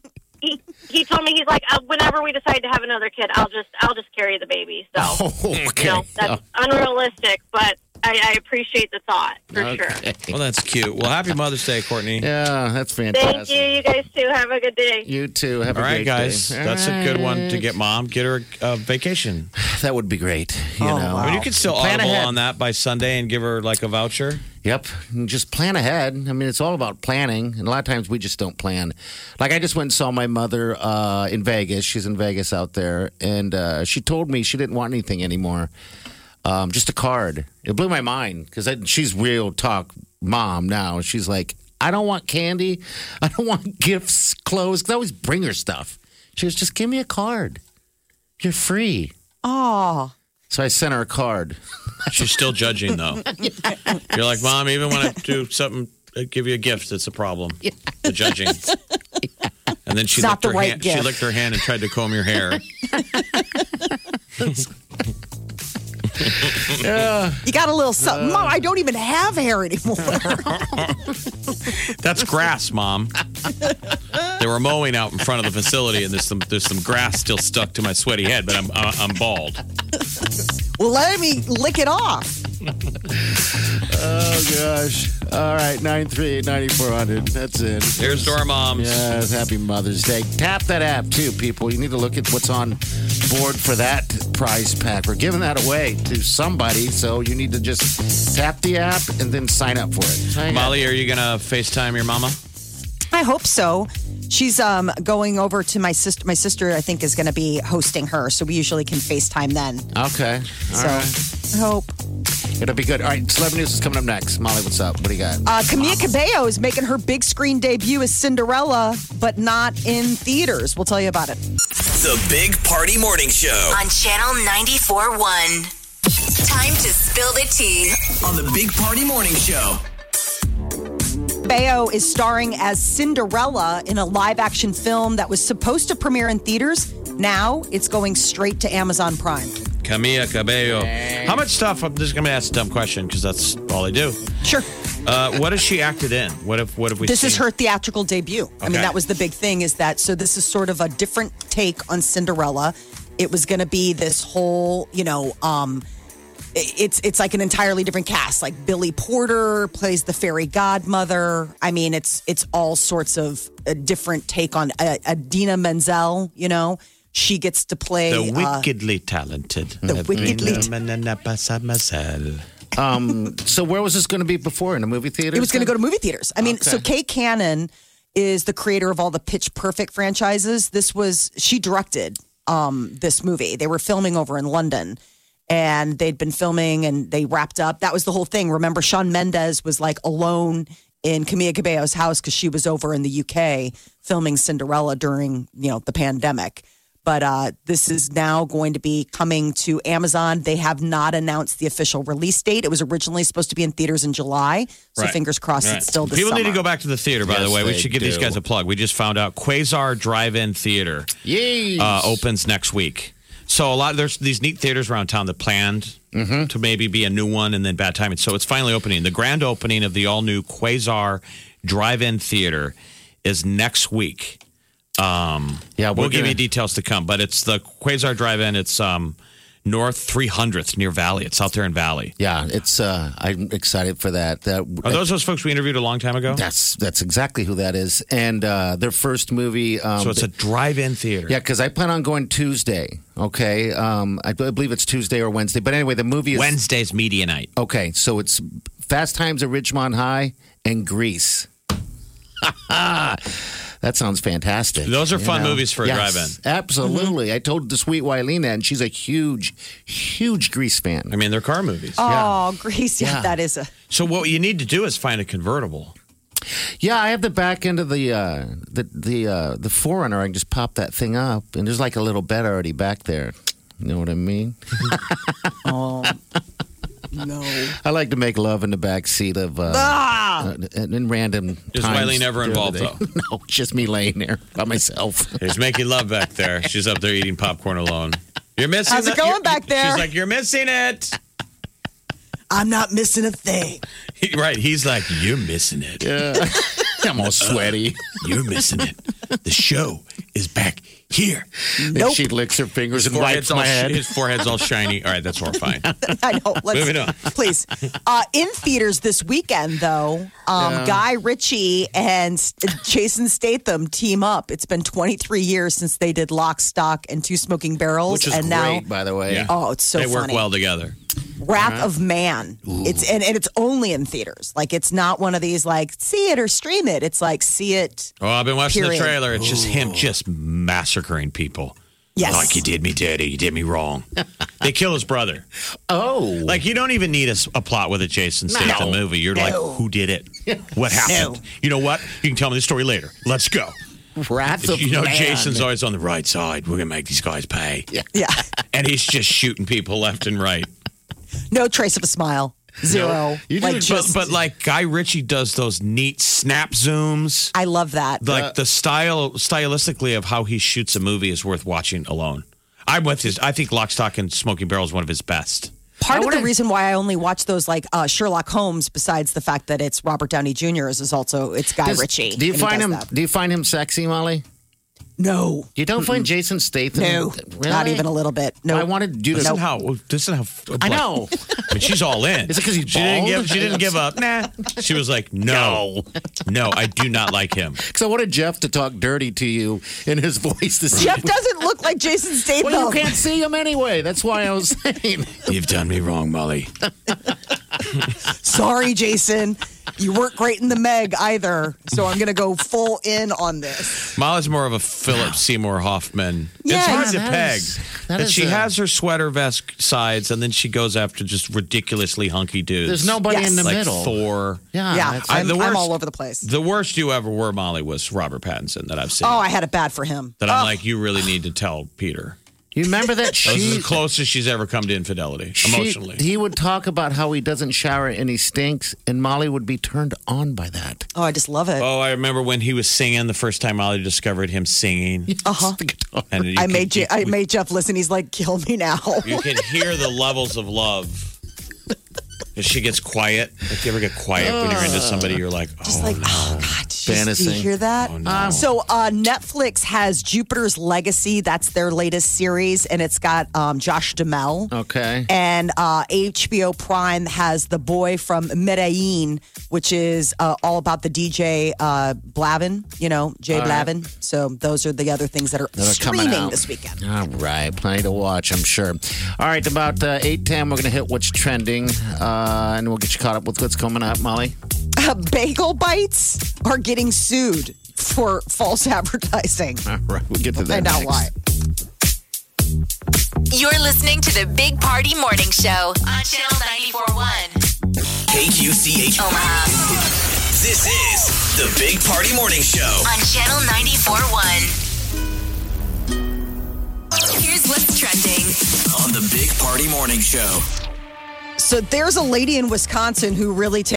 [SPEAKER 8] He, he told me he's like uh, whenever we decide to have another kid I'll just I'll just carry the baby so
[SPEAKER 6] *laughs* okay.
[SPEAKER 8] you know that's unrealistic but I, I appreciate the thought for sure
[SPEAKER 7] Well, that's cute. Well, happy Mother's Day, Courtney.
[SPEAKER 6] *laughs* Yeah, that's
[SPEAKER 8] thank
[SPEAKER 6] fantastic.
[SPEAKER 8] you you guys too have a good day
[SPEAKER 6] You too. Have
[SPEAKER 7] All
[SPEAKER 6] a
[SPEAKER 7] right,
[SPEAKER 6] great
[SPEAKER 7] guys.
[SPEAKER 6] day.
[SPEAKER 7] That's a good one to get mom. Get her a, a vacation.
[SPEAKER 6] *laughs* That would be great. You
[SPEAKER 5] Oh,
[SPEAKER 6] know.
[SPEAKER 5] wow.
[SPEAKER 7] I mean, you could still
[SPEAKER 6] Plan
[SPEAKER 7] audible
[SPEAKER 6] ahead.
[SPEAKER 7] on that by Sunday and give her like a voucher.
[SPEAKER 6] Yep. And Just plan ahead. I mean, it's all about planning. And a lot of times we just don't plan. Like, I just went and saw my mother uh, in Vegas. She's in Vegas out there. And uh, she told me she didn't want anything anymore, um, just a card. It blew my mind because she's real talk mom now. She's like, I don't want candy. *laughs* I don't want gifts, clothes. 'Cause I always bring her stuff. She was just, give me a card. You're free.
[SPEAKER 5] Aw.
[SPEAKER 6] So I sent her a card.
[SPEAKER 7] She's still judging
[SPEAKER 5] *laughs*
[SPEAKER 7] though. You're like, mom, even when I do something, I give you a gift, it's a problem. The judging. And then she
[SPEAKER 5] It's
[SPEAKER 7] licked
[SPEAKER 5] not the
[SPEAKER 7] her
[SPEAKER 5] right
[SPEAKER 7] hand. She
[SPEAKER 5] gift.
[SPEAKER 7] licked her hand and tried to comb your hair.
[SPEAKER 5] *laughs* You got a little something. Mom, I don't even have hair anymore. *laughs*
[SPEAKER 7] That's grass, mom. They were mowing out in front of the facility, and there's some there's some grass still stuck to my sweaty head, but I'm uh, I'm bald.
[SPEAKER 5] well, let me lick it off.
[SPEAKER 6] Oh, gosh. All right, 938 9400. That's it.
[SPEAKER 7] Here's to our moms.
[SPEAKER 6] Yes, happy Mother's Day. Tap that app too, people. You need to look at what's on board for that prize pack. We're giving that away to somebody, so you need to just tap the app and then sign up for it. Sign up.
[SPEAKER 7] Molly, are you gonna FaceTime your mama?
[SPEAKER 5] I hope so. She's um, going over to my sister. My sister, I think, is going to be hosting her, so we usually can FaceTime then.
[SPEAKER 6] Okay. All
[SPEAKER 5] so I hope.
[SPEAKER 6] right. It'll be good. All right, Celebrity News is coming up next. Molly, what's up? What do you got?
[SPEAKER 5] Uh, Camilla Cabello is making her big screen debut as Cinderella, but not in theaters. We'll tell you about it.
[SPEAKER 4] The Big Party Morning Show
[SPEAKER 3] On Channel 94.1. Time to spill the tea.
[SPEAKER 4] on the Big Party Morning Show.
[SPEAKER 5] Cabello is starring as Cinderella in a live action film that was supposed to premiere in theaters. Now it's going straight to Amazon Prime.
[SPEAKER 7] Camilla Cabello. How much stuff? I'm just gonna ask a dumb question because that's all I do.
[SPEAKER 5] Sure.
[SPEAKER 7] Uh, what has she acted in? What if? What have we?
[SPEAKER 5] This
[SPEAKER 7] seen?
[SPEAKER 5] is her theatrical debut. I mean,
[SPEAKER 7] Okay.
[SPEAKER 5] that was the big thing is that so this is sort of a different take on Cinderella. It was going to be this whole, you know, um i- it's it's like an entirely different cast. Like Billy Porter plays the fairy godmother. I mean, it's it's all sorts of a different take on uh, Adina Menzel, you know. She gets to play
[SPEAKER 7] The
[SPEAKER 5] uh,
[SPEAKER 7] wickedly talented.
[SPEAKER 5] The wickedly-
[SPEAKER 6] So, where was this going to be before? In a movie theater?
[SPEAKER 5] It was going to go to movie theaters. I mean, so Kay Cannon is the creator of all the Pitch Perfect franchises. This was she directed um, this movie. They were filming over in London, and they'd been filming and they wrapped up. That was the whole thing. Remember, Sean Mendez was like alone in Camilla Cabello's house because she was over in the UK filming Cinderella during you know the pandemic. But uh, this is now going to be coming to Amazon. They have not announced the official release date. It was originally supposed to be in theaters in July, so
[SPEAKER 7] Right.
[SPEAKER 5] fingers crossed
[SPEAKER 7] Right.
[SPEAKER 5] it's still this
[SPEAKER 7] People need to
[SPEAKER 5] summer.
[SPEAKER 7] go back to the theater, by the
[SPEAKER 6] Yes,
[SPEAKER 7] way. We
[SPEAKER 6] they
[SPEAKER 7] should give these
[SPEAKER 6] do.
[SPEAKER 7] guys a plug. We just found out Quasar Drive In Theater
[SPEAKER 6] Yay!
[SPEAKER 7] uh, opens next week. So a lot there's these neat theaters around town that planned
[SPEAKER 6] Mm-hmm.
[SPEAKER 7] to maybe be a new one and then bad timing. So it's finally opening. The grand opening of the all new Quasar Drive In Theater is next week. Um,
[SPEAKER 6] yeah,
[SPEAKER 7] We'll give
[SPEAKER 6] gonna-
[SPEAKER 7] you details to come, but it's the Quasar Drive In. It's um, North 300th near Valley. It's out there in Valley.
[SPEAKER 6] Yeah, it's. Uh, I'm excited for that. That
[SPEAKER 7] Are those those folks we interviewed a long time ago?
[SPEAKER 6] That's that's exactly who that is. And uh, their first movie. Um,
[SPEAKER 7] so it's a drive-in theater.
[SPEAKER 6] yeah, because I plan on going Tuesday. Okay, um, I b- believe it's Tuesday or Wednesday. But anyway, the movie is
[SPEAKER 7] Wednesday's media night.
[SPEAKER 6] Okay, so it's Fast Times at Ridgemont High and Grease. *laughs* that sounds fantastic.
[SPEAKER 7] Those are
[SPEAKER 6] you
[SPEAKER 7] fun movies for a drive-in.
[SPEAKER 6] Absolutely. I told the sweet Wileen that, and she's a huge, huge Grease fan.
[SPEAKER 7] I mean, they're car movies.
[SPEAKER 5] Oh, Grace, yeah,
[SPEAKER 6] Yeah.
[SPEAKER 5] that is a
[SPEAKER 7] So what you need to do is find a convertible.
[SPEAKER 6] Yeah, I have the back end of the uh, the the uh, the Forerunner. I can just pop that thing up, and there's like a little bed already back there. You know what I mean? Oh,
[SPEAKER 5] *laughs* no.
[SPEAKER 6] I like to make love in the back seat of uh,
[SPEAKER 5] Ah!
[SPEAKER 6] uh, in, in random.
[SPEAKER 7] Is
[SPEAKER 6] times
[SPEAKER 7] Wileen ever
[SPEAKER 6] during the
[SPEAKER 7] involved,
[SPEAKER 6] day. *laughs* no, just me laying there by myself. *laughs*
[SPEAKER 7] There's Making Love back there. She's up there eating popcorn alone. You're missing
[SPEAKER 5] How's it
[SPEAKER 7] the-
[SPEAKER 5] going
[SPEAKER 7] you're-
[SPEAKER 5] back there?
[SPEAKER 7] She's like, you're missing it.
[SPEAKER 5] I'm not missing a thing.
[SPEAKER 7] He- right. He's like, you're missing it.
[SPEAKER 6] I'm
[SPEAKER 7] Uh,
[SPEAKER 6] all sweaty.
[SPEAKER 7] You're missing it. The show is back here.
[SPEAKER 6] And she licks her fingers and wipes
[SPEAKER 7] all
[SPEAKER 6] my
[SPEAKER 7] sh-
[SPEAKER 6] head.
[SPEAKER 7] His forehead's all shiny. *laughs* All right, that's horrifying.
[SPEAKER 5] I
[SPEAKER 7] *laughs*
[SPEAKER 5] know. Let's,
[SPEAKER 7] Moving on.
[SPEAKER 5] Please. Uh, in theaters this weekend, though, um, Guy Ritchie and S- Jason Statham team up. It's been 23 years since they did Lock, Stock, and Two Smoking Barrels.
[SPEAKER 6] Which is
[SPEAKER 5] and
[SPEAKER 6] great,
[SPEAKER 5] now,
[SPEAKER 6] by the way.
[SPEAKER 7] Yeah.
[SPEAKER 5] oh, it's *laughs* so
[SPEAKER 7] they work
[SPEAKER 5] funny.
[SPEAKER 7] well Uh-huh. together.
[SPEAKER 5] Wrath of Man. It's and, and it's only in theaters. Like, it's not one of these, like, see it or stream it. It's like, see it.
[SPEAKER 7] Oh, I've been watching
[SPEAKER 5] Period.
[SPEAKER 7] the trailer. It's just him just massacring people.
[SPEAKER 5] Yes.
[SPEAKER 7] Like, you did me dirty. You did me
[SPEAKER 5] *laughs*
[SPEAKER 7] wrong. they kill his brother.
[SPEAKER 6] Oh,
[SPEAKER 7] Like you don't even need a, s- a plot with a Jason Statham movie. You're like, who did it? What happened? You know what? You can tell me the story later. Let's go.
[SPEAKER 6] wrath of
[SPEAKER 7] you know,
[SPEAKER 6] man.
[SPEAKER 7] Jason's always on the right side. We're gonna make these guys pay,
[SPEAKER 5] Yeah.
[SPEAKER 7] and he's just shooting people left and right.
[SPEAKER 5] No trace of a smile. Zero.
[SPEAKER 6] You
[SPEAKER 5] like,
[SPEAKER 6] didn't-
[SPEAKER 5] *laughs* just,
[SPEAKER 7] but but like Guy Ritchie does those neat snap zooms.
[SPEAKER 5] I love that.
[SPEAKER 7] Like the style stylistically of how he shoots a movie is worth watching alone. I'm with his. I think Lock, Stock, and Smoking Barrel is one of his best.
[SPEAKER 5] Part of the reason why I only watch those like uh, Sherlock Holmes, besides the fact that it's Robert Downey Jr. is, is also it's Guy
[SPEAKER 6] Does-
[SPEAKER 5] Ritchie.
[SPEAKER 6] Do you
[SPEAKER 5] and he
[SPEAKER 6] find
[SPEAKER 5] does
[SPEAKER 6] him?
[SPEAKER 5] that.
[SPEAKER 6] Do you find him sexy, Molly?
[SPEAKER 5] No,
[SPEAKER 6] You don't find Jason Statham?
[SPEAKER 5] no,
[SPEAKER 6] Really?
[SPEAKER 5] not even a little bit. No,
[SPEAKER 6] I wanted you to.
[SPEAKER 7] Listen how listen how
[SPEAKER 6] I know.
[SPEAKER 7] I mean, she's all in.
[SPEAKER 6] Is it 'cause he's
[SPEAKER 7] she didn't
[SPEAKER 6] bald?
[SPEAKER 7] give? She didn't give up. Nah. She was like, no, no, I do not like him.
[SPEAKER 6] Because I wanted Jeff to talk dirty to you in his *laughs* voice this
[SPEAKER 5] *laughs* Jeff
[SPEAKER 6] evening.
[SPEAKER 5] doesn't look like Jason Statham.
[SPEAKER 6] Well, you can't see him anyway. That's why
[SPEAKER 7] *laughs*
[SPEAKER 6] I was saying.
[SPEAKER 7] You've done me wrong, Molly.
[SPEAKER 5] Sorry, Jason, you weren't great in the Meg either. So I'm gonna go full in on
[SPEAKER 6] *laughs*
[SPEAKER 5] this.
[SPEAKER 7] Molly's more of a Philip Seymour Hoffman.
[SPEAKER 5] Yeah,
[SPEAKER 7] it's hard
[SPEAKER 5] yeah,
[SPEAKER 7] to
[SPEAKER 6] that
[SPEAKER 7] peg.
[SPEAKER 6] is-
[SPEAKER 7] that
[SPEAKER 6] that is
[SPEAKER 7] she
[SPEAKER 6] a-
[SPEAKER 7] has her sweater vest sides, and then she goes after just ridiculously hunky dudes.
[SPEAKER 6] There's nobody
[SPEAKER 5] Yes.
[SPEAKER 6] in the
[SPEAKER 7] like
[SPEAKER 6] middle.
[SPEAKER 7] Thor.
[SPEAKER 6] Yeah.
[SPEAKER 5] yeah,
[SPEAKER 6] that's-
[SPEAKER 7] I-
[SPEAKER 5] I'm,
[SPEAKER 7] the
[SPEAKER 5] I'm
[SPEAKER 7] worst-
[SPEAKER 5] all over the place.
[SPEAKER 7] The worst you ever were, Molly, was Robert Pattinson that I've seen.
[SPEAKER 5] oh, I had it bad for him.
[SPEAKER 7] that I'm like, you really need to tell Peter.
[SPEAKER 6] you remember
[SPEAKER 7] *laughs*
[SPEAKER 6] that
[SPEAKER 7] This is
[SPEAKER 6] she,
[SPEAKER 7] the closest she's ever come to infidelity
[SPEAKER 6] she-
[SPEAKER 7] emotionally.
[SPEAKER 6] He would talk about how he doesn't shower and he stinks, and Molly would be turned on by that. *laughs*
[SPEAKER 5] Oh, I just love it.
[SPEAKER 7] Oh, I remember when he was singing the first time Molly discovered him singing.
[SPEAKER 6] Uh huh. The guitar.
[SPEAKER 7] And you
[SPEAKER 5] I
[SPEAKER 7] could-
[SPEAKER 5] made Je-
[SPEAKER 7] you-
[SPEAKER 5] I made Jeff listen. He's like, kill me now.
[SPEAKER 7] You can hear the levels of love. If she gets quiet, if you ever get quiet when you're into somebody, you're like, oh,
[SPEAKER 5] Just like, oh God, did you- did you
[SPEAKER 6] Fantasy. Oh,
[SPEAKER 5] hear that? So uh, Netflix has Jupiter's Legacy. That's their latest series, and it's got um, Josh Duhamel.
[SPEAKER 6] Okay.
[SPEAKER 5] And uh, HBO Prime has The Boy from Medellin, which is uh, all about the DJ uh, Blavin, you know, Jay Blavin. So those are the other things that are
[SPEAKER 6] That are coming
[SPEAKER 5] streaming
[SPEAKER 6] out.
[SPEAKER 5] this weekend.
[SPEAKER 6] All right, plenty to watch, I'm sure. All right, about uh, eight ten, we're gonna hit what's trending, uh, and we'll get you caught up with what's coming up, Molly. *laughs*
[SPEAKER 5] Uh, bagel bites are getting sued for false *laughs* advertising.
[SPEAKER 6] All right, we'll get to that.
[SPEAKER 5] Find out
[SPEAKER 6] next.
[SPEAKER 5] why.
[SPEAKER 3] You're listening to the Big Party Morning Show on Channel 94.1.
[SPEAKER 4] KQCH.
[SPEAKER 3] Omaha
[SPEAKER 4] This is the Big Party Morning Show.
[SPEAKER 3] on Channel 94.1. Here's what's trending.
[SPEAKER 4] On the Big Party Morning Show.
[SPEAKER 5] So there's a lady in Wisconsin who really takes.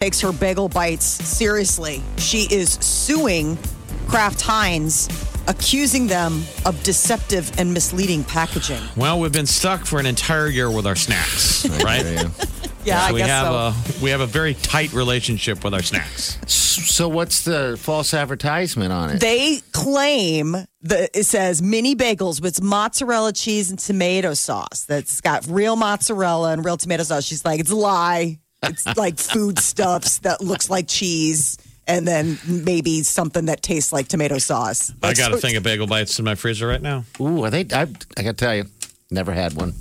[SPEAKER 5] takes her bagel bites seriously. She is suing Kraft Heinz, accusing them of deceptive and misleading packaging.
[SPEAKER 7] Well, we've been stuck for an entire year with our
[SPEAKER 5] *laughs*
[SPEAKER 7] snacks, right?
[SPEAKER 5] Yeah,
[SPEAKER 7] we have uh, a we have a very tight relationship with our snacks.
[SPEAKER 6] So what's the false advertisement on it?
[SPEAKER 5] They claim that it says mini bagels with mozzarella cheese and tomato sauce. That's got real mozzarella and real tomato sauce. She's like, it's a lie.
[SPEAKER 7] *laughs*
[SPEAKER 5] It's like foodstuffs that looks like cheese, and then maybe something that tastes like tomato sauce.
[SPEAKER 7] I got a thing of bagel bites in my freezer right now.
[SPEAKER 6] Ooh, are they? I, I gotta tell you, never had one.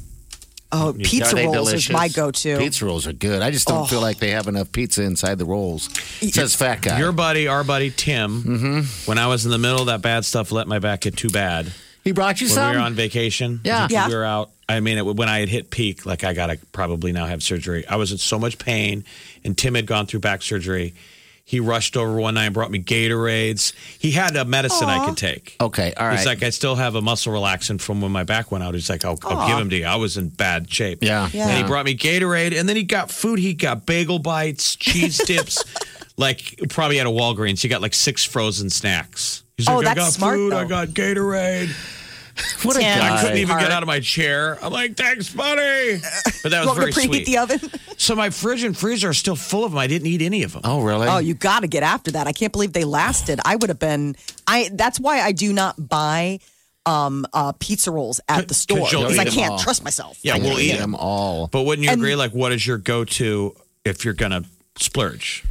[SPEAKER 5] Oh, pizza
[SPEAKER 6] Are they
[SPEAKER 5] rolls
[SPEAKER 6] delicious?
[SPEAKER 5] is my go-to.
[SPEAKER 6] Pizza rolls are good. I just don't feel like they have enough pizza inside the rolls. It says fat guy.
[SPEAKER 7] Your buddy, our buddy Tim, when I was in the middle of that bad stuff, let my back get too bad.
[SPEAKER 6] he brought you
[SPEAKER 7] When
[SPEAKER 6] some.
[SPEAKER 7] we were on vacation,
[SPEAKER 6] Yeah.
[SPEAKER 5] Yeah.
[SPEAKER 7] we were out. I mean, it, when I had hit peak, like I gotta probably now have surgery. I was in so much pain, and Tim had gone through back surgery. He rushed over one night and brought me Gatorades. He had a medicine I could take.
[SPEAKER 6] okay, all right.
[SPEAKER 7] He's like, I still have a muscle relaxant from when my back went out. He's like, I'll, I'll give him to you. I was in bad shape.
[SPEAKER 6] Yeah. Yeah.
[SPEAKER 7] And he brought me Gatorade, and then he got food. He got bagel bites,
[SPEAKER 5] *laughs*
[SPEAKER 7] cheese dips, like probably at a Walgreens. He got like six frozen snacks. He's
[SPEAKER 5] Oh,
[SPEAKER 7] like, I
[SPEAKER 5] that's
[SPEAKER 7] got
[SPEAKER 5] smart,
[SPEAKER 7] food. I
[SPEAKER 5] though.
[SPEAKER 7] got Gatorade.
[SPEAKER 6] what a
[SPEAKER 5] Tim.
[SPEAKER 7] I
[SPEAKER 6] guy.
[SPEAKER 7] couldn't even
[SPEAKER 5] Heart.
[SPEAKER 7] get out of my chair. I'm like, thanks, buddy. But that was
[SPEAKER 5] You want
[SPEAKER 7] very
[SPEAKER 5] me to preheat
[SPEAKER 7] sweet.
[SPEAKER 5] the oven?
[SPEAKER 7] so my fridge and freezer are still full of them. I didn't eat any of them.
[SPEAKER 6] Oh, really?
[SPEAKER 5] *laughs* Oh, you got to get after that. I can't believe they lasted. I would have been. I. That's why I do not buy um uh pizza rolls at the store
[SPEAKER 7] 'cause you'll
[SPEAKER 5] because I
[SPEAKER 7] eat 'em
[SPEAKER 5] can't
[SPEAKER 6] all.
[SPEAKER 5] trust myself.
[SPEAKER 7] yeah,
[SPEAKER 6] I
[SPEAKER 7] we'll eat
[SPEAKER 6] them
[SPEAKER 7] them.
[SPEAKER 6] all.
[SPEAKER 7] But wouldn't you agree? Like, what is your go-to if you're gonna splurge?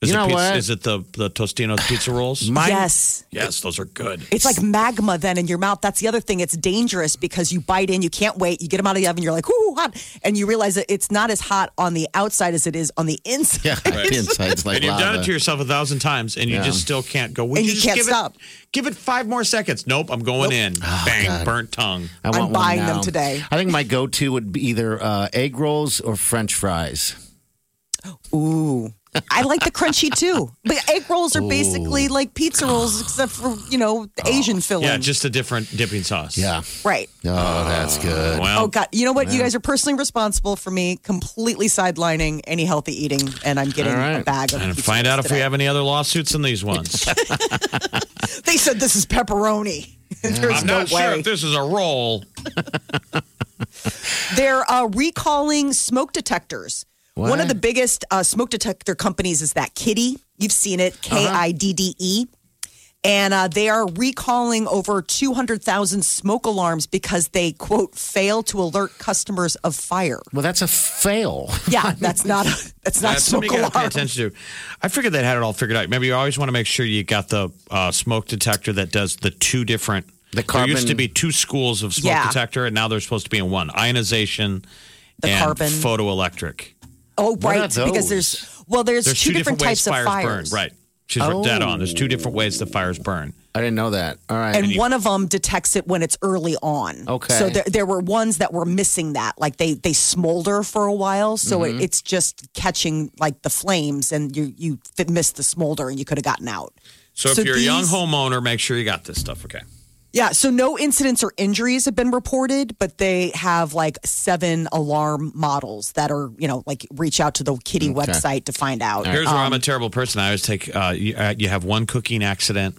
[SPEAKER 7] Is
[SPEAKER 6] You
[SPEAKER 7] it
[SPEAKER 6] know
[SPEAKER 7] pizza,
[SPEAKER 6] what?
[SPEAKER 7] Is it the the Tostino pizza rolls?
[SPEAKER 5] yes.
[SPEAKER 7] Yes, those are good.
[SPEAKER 5] It's like magma then in your mouth. That's the other thing. It's dangerous because you bite in, you can't wait. You get them out of the oven, you're like, ooh, hot. And you realize that it's not as hot on the outside as it is on the inside.
[SPEAKER 6] *laughs* Yeah, the inside's like
[SPEAKER 7] and you've done
[SPEAKER 6] lava.
[SPEAKER 7] it to yourself a thousand times, and you
[SPEAKER 6] Yeah.
[SPEAKER 7] just still can't go. Would
[SPEAKER 5] And you
[SPEAKER 7] just
[SPEAKER 5] can't
[SPEAKER 7] give
[SPEAKER 5] stop.
[SPEAKER 7] It, give it five more seconds. Nope, I'm going in. Bang, burnt tongue.
[SPEAKER 6] I
[SPEAKER 5] I'm
[SPEAKER 6] want one
[SPEAKER 5] buying
[SPEAKER 6] now.
[SPEAKER 5] them today.
[SPEAKER 6] I think my go-to would be either uh, egg rolls or French fries.
[SPEAKER 5] Ooh. I like
[SPEAKER 7] *laughs*
[SPEAKER 5] the crunchy too. But egg rolls are basically like pizza rolls, except for, you know, the Asian filling.
[SPEAKER 7] Yeah, just a different dipping sauce.
[SPEAKER 6] Yeah.
[SPEAKER 5] right.
[SPEAKER 6] Oh, that's good.
[SPEAKER 7] Well,
[SPEAKER 5] Oh, God. You know what? You guys are personally responsible for me completely sidelining any healthy eating, and I'm getting
[SPEAKER 6] All
[SPEAKER 5] a
[SPEAKER 6] right.
[SPEAKER 5] bag of
[SPEAKER 7] and
[SPEAKER 5] pizza
[SPEAKER 7] find
[SPEAKER 5] rolls
[SPEAKER 7] out if we
[SPEAKER 5] today.
[SPEAKER 7] have any other lawsuits in these ones.
[SPEAKER 5] They said this is pepperoni. *laughs* There's
[SPEAKER 7] I'm
[SPEAKER 5] no
[SPEAKER 7] not
[SPEAKER 5] way.
[SPEAKER 7] sure if this is a roll.
[SPEAKER 5] They're uh, recalling smoke detectors. One of
[SPEAKER 6] What?
[SPEAKER 5] the biggest uh, smoke detector companies is that Kitty. You've seen it,
[SPEAKER 7] Uh-huh.
[SPEAKER 5] K I D D E. And uh, they are recalling over 200,000 smoke alarms because they, quote, fail to alert customers of fire.
[SPEAKER 6] Well, that's a fail. *laughs*
[SPEAKER 7] *laughs*
[SPEAKER 5] Yeah, that's not that's not
[SPEAKER 7] That's
[SPEAKER 5] smoke
[SPEAKER 7] something you
[SPEAKER 5] alarm.
[SPEAKER 7] gotta pay attention to. I figured they had it all figured out. Remember, you always want to make sure you got the uh, smoke detector that does the two different.
[SPEAKER 6] The
[SPEAKER 7] there used
[SPEAKER 6] carbon-
[SPEAKER 7] to be two schools of smoke
[SPEAKER 5] Yeah.
[SPEAKER 7] detector, and now they're supposed to be in one: ionization
[SPEAKER 5] The
[SPEAKER 7] and
[SPEAKER 5] carbon.
[SPEAKER 7] photoelectric.
[SPEAKER 5] Oh,
[SPEAKER 6] are
[SPEAKER 5] right, because
[SPEAKER 6] those?
[SPEAKER 5] there's well, there's,
[SPEAKER 7] There's two, different, ways
[SPEAKER 5] types of
[SPEAKER 7] fires
[SPEAKER 5] fires. Oh.
[SPEAKER 7] burn. Right. She's dead on. There's two different ways the fires burn.
[SPEAKER 6] I didn't know that. All right.
[SPEAKER 5] and one of them detects it when it's early on.
[SPEAKER 6] Okay.
[SPEAKER 5] So there, there were ones that were missing that, like they they smolder for a while, so
[SPEAKER 7] Mm-hmm.
[SPEAKER 5] it, it's just catching like the flames, and you you f- missed the smolder, and you could have gotten out.
[SPEAKER 7] So,
[SPEAKER 5] So
[SPEAKER 7] if you're a young
[SPEAKER 5] these-
[SPEAKER 7] homeowner, make sure you got this stuff. Okay.
[SPEAKER 5] Yeah, so no incidents or injuries have been reported, but they have like seven alarm models that are, you know, like reach out to the kitty
[SPEAKER 7] Okay.
[SPEAKER 5] website to find out.
[SPEAKER 7] Here's where I'm
[SPEAKER 5] Um,
[SPEAKER 7] a terrible person. I always take uh, you, uh, you have one cooking accident,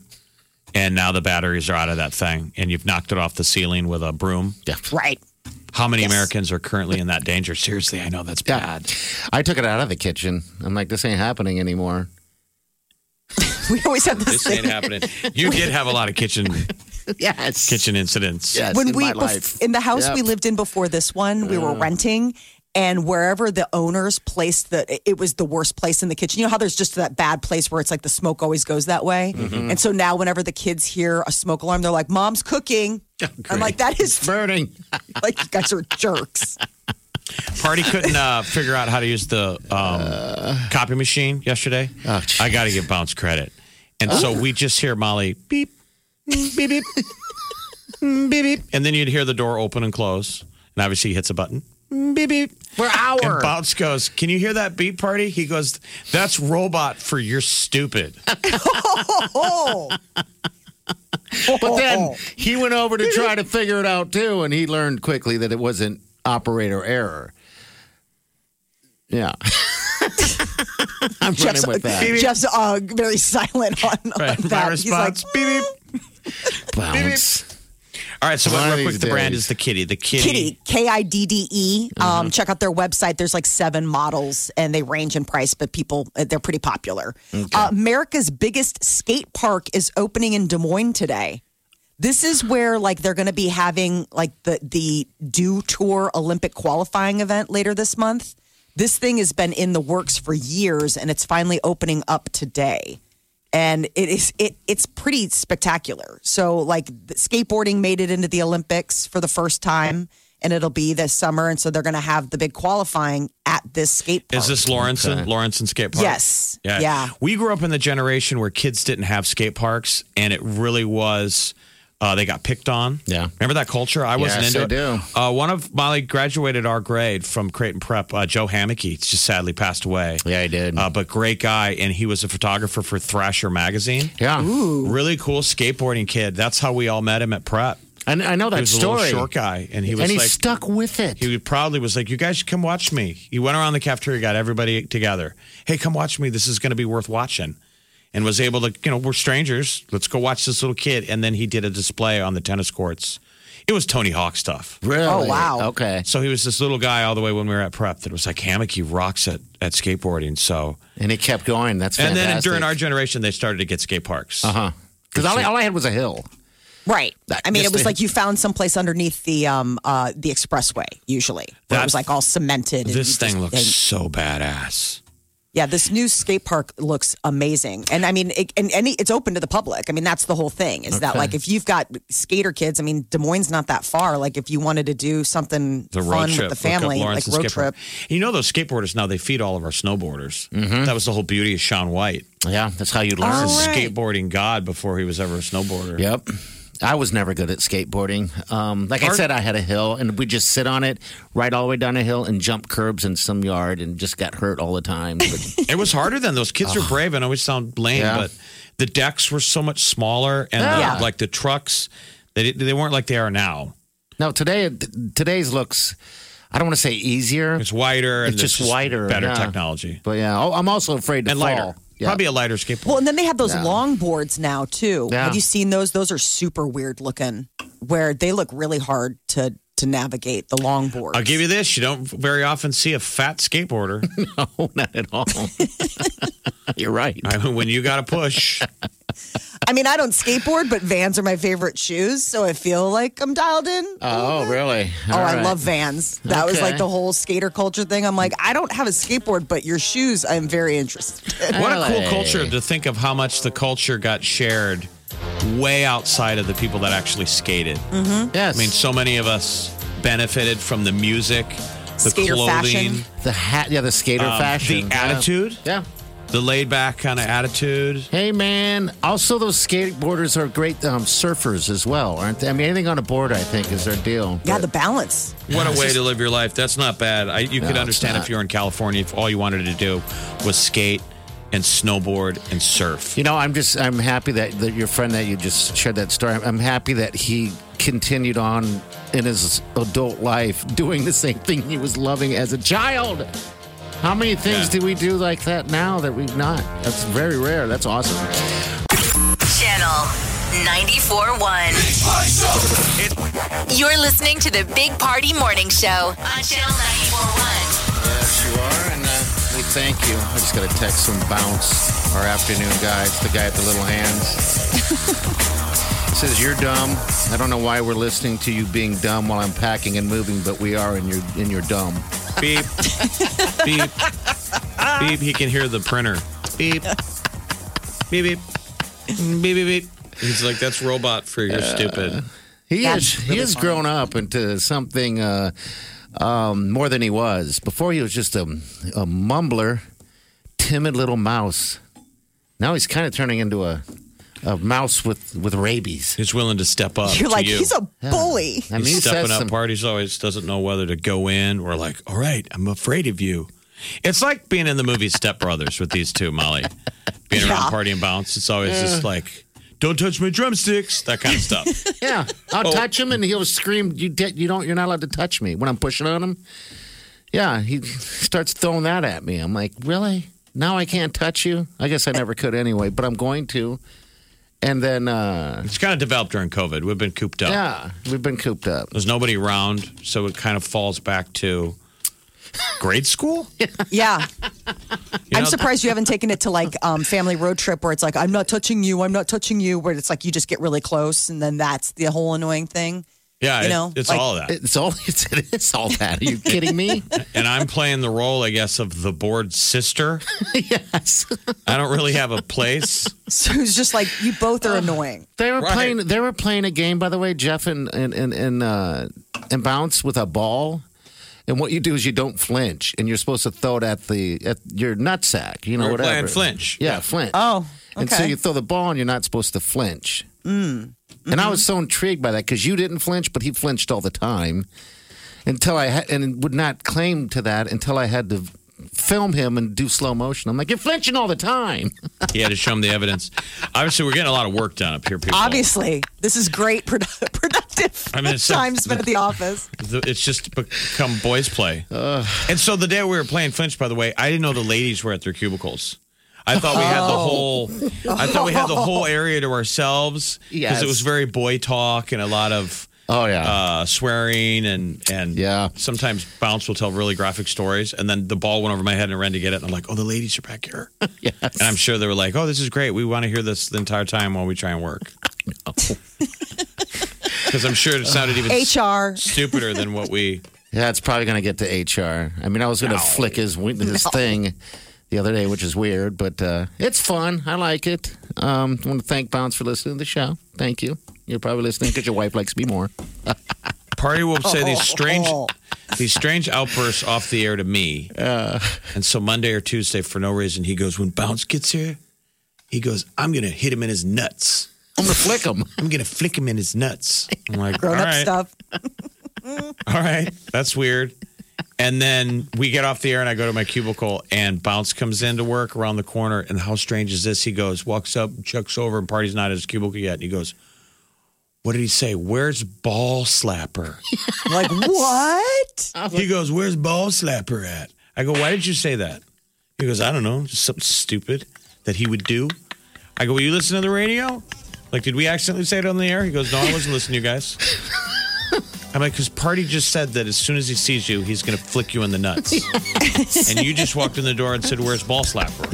[SPEAKER 7] and now the batteries are out of that thing, and you've knocked it off the ceiling with a broom.
[SPEAKER 6] Yeah.
[SPEAKER 5] Right. *laughs*
[SPEAKER 7] How many Americans are currently in that danger? Seriously, I know that's bad.
[SPEAKER 6] I took it out of the kitchen. I'm like, this ain't happening anymore. *laughs*
[SPEAKER 5] we always have
[SPEAKER 7] This ain't happening. You did have a lot of kitchen
[SPEAKER 6] yes.
[SPEAKER 7] kitchen incidents.
[SPEAKER 5] when we bef- in the house we lived in before this one, we were renting, and wherever the owners placed the, it was the worst place in the kitchen. You know how there's just that bad place where it's like the smoke always goes that way,
[SPEAKER 6] Mhm.
[SPEAKER 5] and so now whenever the kids hear a smoke alarm, they're like, "Mom's cooking." I'm like,
[SPEAKER 6] *laughs*
[SPEAKER 5] "That is
[SPEAKER 6] burning."
[SPEAKER 5] like you guys are jerks.
[SPEAKER 7] Party couldn't uh, figure out how to use the um, copy machine yesterday.
[SPEAKER 6] Oh,
[SPEAKER 7] I got to give Bounce credit. And so we just hear Molly beep, beep, beep, beep, beep. And then you'd hear the door open and close. And obviously he hits a button. Beep, beep.
[SPEAKER 6] For
[SPEAKER 7] And
[SPEAKER 6] hour.
[SPEAKER 7] Bounce goes, Can you hear that beep party? He goes, That's robot for you're stupid.
[SPEAKER 5] Oh.
[SPEAKER 6] But then he went over to try to figure it out too, and he learned quickly that it wasn't operator error. Yeah. *laughs* I'm
[SPEAKER 5] Jeff's,
[SPEAKER 6] running with that.
[SPEAKER 5] Jeff's uh, very silent on,
[SPEAKER 7] Right.
[SPEAKER 5] on
[SPEAKER 7] My
[SPEAKER 5] that.
[SPEAKER 7] response,
[SPEAKER 5] He's like,
[SPEAKER 6] Bounce.
[SPEAKER 7] All right, so
[SPEAKER 6] One of
[SPEAKER 7] real quick,
[SPEAKER 6] these
[SPEAKER 7] the brand
[SPEAKER 6] days.
[SPEAKER 7] is the kitty. The kitty.
[SPEAKER 5] Kitty, K I D D E. Um, Check out their website. There's like seven models and they range in price, but people, uh, they're pretty popular. Uh, America's biggest skate park is opening in Des Moines today. This is where like they're going to be having like the the Do Tour Olympic qualifying event later this month. This thing has been in the works for years and it's finally opening up today. And it is it it's pretty spectacular. So like the skateboarding made it into the Olympics for the first time and it'll be this summer and so they're going to have the big qualifying at this skate park.
[SPEAKER 7] Is this Lawrence and Lawrence and skate park?
[SPEAKER 5] Yes. Yeah.
[SPEAKER 7] We grew up in the generation where kids didn't have skate parks, and it really was. Uh, they got picked on. Yeah, remember that culture? I wasn't
[SPEAKER 6] Yes,
[SPEAKER 7] into
[SPEAKER 6] I
[SPEAKER 7] it. Uh, one of Molly graduated our grade from Creighton Prep. Uh, Joe Hammocky just sadly passed away.
[SPEAKER 6] Yeah, he did.
[SPEAKER 7] Uh, but great guy, and he was a photographer for Thrasher magazine.
[SPEAKER 6] Yeah,
[SPEAKER 7] really cool skateboarding kid. That's how we all met him at Prep.
[SPEAKER 6] I, I know that
[SPEAKER 7] he was A
[SPEAKER 6] story.
[SPEAKER 7] little short guy, and he was
[SPEAKER 6] and he
[SPEAKER 7] like,
[SPEAKER 6] stuck with it.
[SPEAKER 7] he probably was like, "You guys should come watch me." He went around the cafeteria, got everybody together. Hey, come watch me. This is going to be worth watching. And was able to, you know, we're strangers. Let's go watch this little kid. And then he did a display on the tennis courts. It was Tony Hawk stuff.
[SPEAKER 6] Really? Oh, wow. Okay.
[SPEAKER 7] So he was this little guy all the way when we were at prep that was like hammocky rocks at, at skateboarding. So
[SPEAKER 6] and he kept going. That's
[SPEAKER 7] and then
[SPEAKER 6] fantastic.
[SPEAKER 7] during our generation they started to get skate parks. Uh
[SPEAKER 5] Uh-huh.
[SPEAKER 6] huh. Because all, I- all I had was a hill.
[SPEAKER 5] Right. I mean,
[SPEAKER 6] just
[SPEAKER 5] it was
[SPEAKER 6] the-
[SPEAKER 5] like you found someplace underneath the um uh the expressway usually. Where it
[SPEAKER 7] That-
[SPEAKER 5] was like all cemented. and
[SPEAKER 7] This
[SPEAKER 5] you
[SPEAKER 7] thing
[SPEAKER 5] just-
[SPEAKER 7] looks
[SPEAKER 5] and-
[SPEAKER 7] so badass.
[SPEAKER 5] yeah, this new skate park looks amazing, and I mean, it, and any it's open to the public. I mean, that's the whole thing is that
[SPEAKER 7] Okay.
[SPEAKER 5] like if you've got skater kids, I mean, Des Moines not that far. Like if you wanted to do something
[SPEAKER 7] the road
[SPEAKER 5] fun
[SPEAKER 7] trip
[SPEAKER 5] with the
[SPEAKER 7] Look up
[SPEAKER 5] family, like
[SPEAKER 7] Lawrence and
[SPEAKER 5] road
[SPEAKER 7] skateboard.
[SPEAKER 5] trip.
[SPEAKER 7] You know those skateboarders now they feed all of our snowboarders.
[SPEAKER 6] Mm-hmm.
[SPEAKER 7] That was the whole beauty of Sean White.
[SPEAKER 6] Yeah, that's how you learn.
[SPEAKER 5] Oh,
[SPEAKER 7] He was a
[SPEAKER 6] All right.
[SPEAKER 7] skateboarding god before he was ever a snowboarder.
[SPEAKER 6] Yep. I was never good at skateboarding. Um, like I
[SPEAKER 7] Art-
[SPEAKER 6] said, I had a hill, and we just sit on it, ride all the way down a hill, and jump curbs in some yard, and just got hurt all the time. But
[SPEAKER 7] *laughs* It was harder then. Those kids were brave and I always sound lame,
[SPEAKER 6] Yeah.
[SPEAKER 7] but the decks were so much smaller and the-
[SPEAKER 6] Yeah.
[SPEAKER 7] like the trucks, they didn't- they weren't like they are now.
[SPEAKER 6] no, today today's looks. I don't want to say easier.
[SPEAKER 7] It's wider.
[SPEAKER 6] It's
[SPEAKER 7] and there's
[SPEAKER 6] just wider,
[SPEAKER 7] Better
[SPEAKER 6] yeah.
[SPEAKER 7] technology.
[SPEAKER 6] But yeah, oh, I'm also afraid to
[SPEAKER 7] And
[SPEAKER 6] fall.
[SPEAKER 7] lighter.
[SPEAKER 6] Yeah. *laughs*
[SPEAKER 7] Probably a lighter skateboard.
[SPEAKER 5] Well, and then they have those
[SPEAKER 6] Yeah.
[SPEAKER 5] long boards now too.
[SPEAKER 6] Yeah.
[SPEAKER 5] Have you seen those? Those are super weird looking, where they look really hard to to navigate the long board.
[SPEAKER 7] I'll give you this. You don't very often see a fat
[SPEAKER 6] *laughs*
[SPEAKER 7] skateboarder. *laughs*
[SPEAKER 6] no, Oh, not at all. *laughs*
[SPEAKER 7] *laughs*
[SPEAKER 6] You're right.
[SPEAKER 7] I mean, when you got to push.
[SPEAKER 5] I mean, I don't skateboard, but Vans are my favorite shoes, so I feel like I'm dialed in.
[SPEAKER 6] Oh, really?
[SPEAKER 5] oh,
[SPEAKER 6] All
[SPEAKER 5] I
[SPEAKER 6] right.
[SPEAKER 5] love Vans. That was
[SPEAKER 6] Okay.
[SPEAKER 5] like the whole skater culture thing. I'm like, I don't have a skateboard, but your shoes, I'm very interested. in.
[SPEAKER 7] What a cool
[SPEAKER 6] LA.
[SPEAKER 7] culture to think of how much the culture got shared way outside of the people that actually skated.
[SPEAKER 6] Mm.
[SPEAKER 5] Mhm.
[SPEAKER 6] Yes.
[SPEAKER 7] I mean, so many of us benefited from the music, the
[SPEAKER 5] Skater
[SPEAKER 7] clothing,
[SPEAKER 5] fashion.
[SPEAKER 6] The hat, yeah, the skater
[SPEAKER 7] um,
[SPEAKER 6] fashion,
[SPEAKER 7] the
[SPEAKER 6] Yeah.
[SPEAKER 7] attitude,
[SPEAKER 6] yeah,
[SPEAKER 7] the laid back kind of attitude.
[SPEAKER 6] Hey man! Also, those skateboarders are great um, surfers as well, aren't they? I mean, anything on a board, I think, is their deal.
[SPEAKER 5] Yeah, the balance.
[SPEAKER 7] What
[SPEAKER 6] It's
[SPEAKER 7] a way
[SPEAKER 6] just-
[SPEAKER 7] to live your life. That's not bad. I, you
[SPEAKER 6] No,
[SPEAKER 7] could
[SPEAKER 6] it's
[SPEAKER 7] understand
[SPEAKER 6] not.
[SPEAKER 7] if you were in California, if all you wanted to do was skate and snowboard and surf.
[SPEAKER 6] You know, I'm just I'm happy that, that your friend that you just shared that story. I'm happy that he continued on in his adult life doing the same thing he was loving as a child. How many things do we do like that now that we've not? That's very rare. That's awesome.
[SPEAKER 3] Channel 94.1. You're listening to the Big Party Morning Show on Channel 94.1.
[SPEAKER 6] Yes, you are, and uh, we thank you. I just got a text from Bounce, our afternoon guy. It's the guy at the little hands. says you're dumb. I don't know why we're listening to you being dumb while I'm packing and moving, but we are, and you're and you're dumb.
[SPEAKER 7] Beep. beep. Beep. He can hear the printer. Beep. Beep. Beep. Beep. Beep. Beep. He's like, that's robot for you're
[SPEAKER 6] Uh,
[SPEAKER 7] stupid.
[SPEAKER 6] He
[SPEAKER 7] That's
[SPEAKER 6] is he
[SPEAKER 7] really
[SPEAKER 6] has
[SPEAKER 7] funny.
[SPEAKER 6] grown up into something uh, um, more than he was. Before he was just a, a mumbler, timid little mouse. Now he's kind of turning into a a mouse with with rabies.
[SPEAKER 7] He's willing to step up.
[SPEAKER 5] *laughs* You're
[SPEAKER 7] to
[SPEAKER 5] like,
[SPEAKER 7] you.
[SPEAKER 5] he's a bully.
[SPEAKER 6] I mean, he
[SPEAKER 7] he's stepping
[SPEAKER 6] says
[SPEAKER 7] up
[SPEAKER 6] some-
[SPEAKER 7] parties always doesn't know whether to go in or like, all right, I'm afraid of you. It's like being in the movie Step Brothers with these two, Molly. Being around party and bounce, it's always just
[SPEAKER 6] Yeah.
[SPEAKER 7] like, don't touch my drumsticks, that kind of stuff.
[SPEAKER 6] Yeah, I'll touch him and he'll scream. You di- you don't. You're not allowed to touch me when I'm pushing on him. Yeah, he *laughs* starts throwing that at me. I'm like, really? Now I can't touch you? I guess I never could anyway, but I'm going to. And then, uh,
[SPEAKER 7] it's kind of developed during COVID. We've been cooped up.
[SPEAKER 6] yeah, we've been cooped up.
[SPEAKER 7] There's nobody around, so it kind of falls back to grade school.
[SPEAKER 5] Yeah.
[SPEAKER 7] You know-
[SPEAKER 5] I'm surprised you haven't taken it to like um, family road trip where it's like, I'm not touching you, I'm not touching you, where it's like you just get really close and then that's the whole annoying thing.
[SPEAKER 7] Yeah,
[SPEAKER 5] You
[SPEAKER 7] it-
[SPEAKER 5] know,
[SPEAKER 7] it's
[SPEAKER 5] like-
[SPEAKER 7] all
[SPEAKER 6] *laughs*
[SPEAKER 7] of that.
[SPEAKER 6] It's all it's, it's all that. Are you kidding me? *laughs*
[SPEAKER 7] and I'm playing the role, I guess, of the bored sister.
[SPEAKER 6] yes.
[SPEAKER 7] I don't really have a place.
[SPEAKER 5] So it's just like, you both are annoying.
[SPEAKER 6] They were
[SPEAKER 7] Right.
[SPEAKER 6] playing. They were playing a game, by the way, Jeff and and and and, uh, and bounce with a ball. And what you do is you don't flinch, and you're supposed to throw it at the at your nutsack, you know,
[SPEAKER 7] We're
[SPEAKER 6] whatever.
[SPEAKER 7] playing flinch.
[SPEAKER 6] Yeah, flinch.
[SPEAKER 5] Oh,
[SPEAKER 6] And so
[SPEAKER 5] okay. Mm,
[SPEAKER 6] you throw the ball, and you're not supposed to flinch. And
[SPEAKER 5] mm-hmm.
[SPEAKER 6] I was so intrigued by that because you didn't flinch, but he flinched all the time until I had, and would not claim to that until I had to film him and do slow motion. I'm like, you're flinching all the time.
[SPEAKER 7] He had to show him the evidence. Obviously, we're getting a lot of work done up here, people.
[SPEAKER 5] Obviously, this is great produ- *laughs* productive
[SPEAKER 7] I mean, it's-
[SPEAKER 5] time
[SPEAKER 7] *laughs*
[SPEAKER 5] spent at the office.
[SPEAKER 7] The- It's just become boys' play. and so the day we were playing flinch, by the way, I didn't know the ladies were at their cubicles. I thought we had the whole. I thought we had the whole area to ourselves because
[SPEAKER 6] Yes.
[SPEAKER 7] it was very boy talk and a lot of
[SPEAKER 6] Oh yeah.
[SPEAKER 7] uh, swearing and and
[SPEAKER 6] Yeah.
[SPEAKER 7] Sometimes bounce will tell really graphic stories, and then the ball went over my head and I ran to get it. And I'm like, oh, the ladies are back
[SPEAKER 6] *laughs*
[SPEAKER 7] here,
[SPEAKER 6] *laughs* yes.
[SPEAKER 7] and I'm sure they were like, oh, this is great. We want to hear this the entire time while we try and work. *laughs* Because I'm sure it sounded even
[SPEAKER 5] HR.
[SPEAKER 7] stupider than what we.
[SPEAKER 6] Yeah, it's probably going to get to HR. I mean, I was going to flick his
[SPEAKER 5] *laughs*
[SPEAKER 6] wi- his thing the other day, which is weird, but uh, it's fun. I like it. Um, I want to thank Bounce for listening to the show. Thank you. You're probably listening because your wife likes me more.
[SPEAKER 7] Party will say these strange, these strange outbursts off the air to me, and so Monday or Tuesday for no reason he goes when bounce gets here, he goes I'm gonna hit him in his nuts.
[SPEAKER 6] I'm going to flick him.
[SPEAKER 7] I'm gonna flick him in his nuts. I'm like
[SPEAKER 5] Grown
[SPEAKER 7] "All
[SPEAKER 5] up
[SPEAKER 7] right,
[SPEAKER 5] stuff.
[SPEAKER 7] All right, that's weird. And then we get off the air, and I go to my cubicle, and Bounce comes into work around the corner. And how strange is this? He goes, walks up, checks over, and Party's not at his cubicle yet. And he goes, "What did he say? Where's ball slapper?"
[SPEAKER 5] Like, what?
[SPEAKER 7] He goes, Where's Ball Slapper at? I go, Why did you say that? He goes, I don't know. Just something stupid that he would do. I go, Will you listen to the radio? Like, did we accidentally say it on the air? He goes, No, I wasn't listening to you guys. I'm like, Because Party just said that as soon as he sees you, he's going to flick you in the nuts. And you just walked in the door and said, Where's Ball Slapper?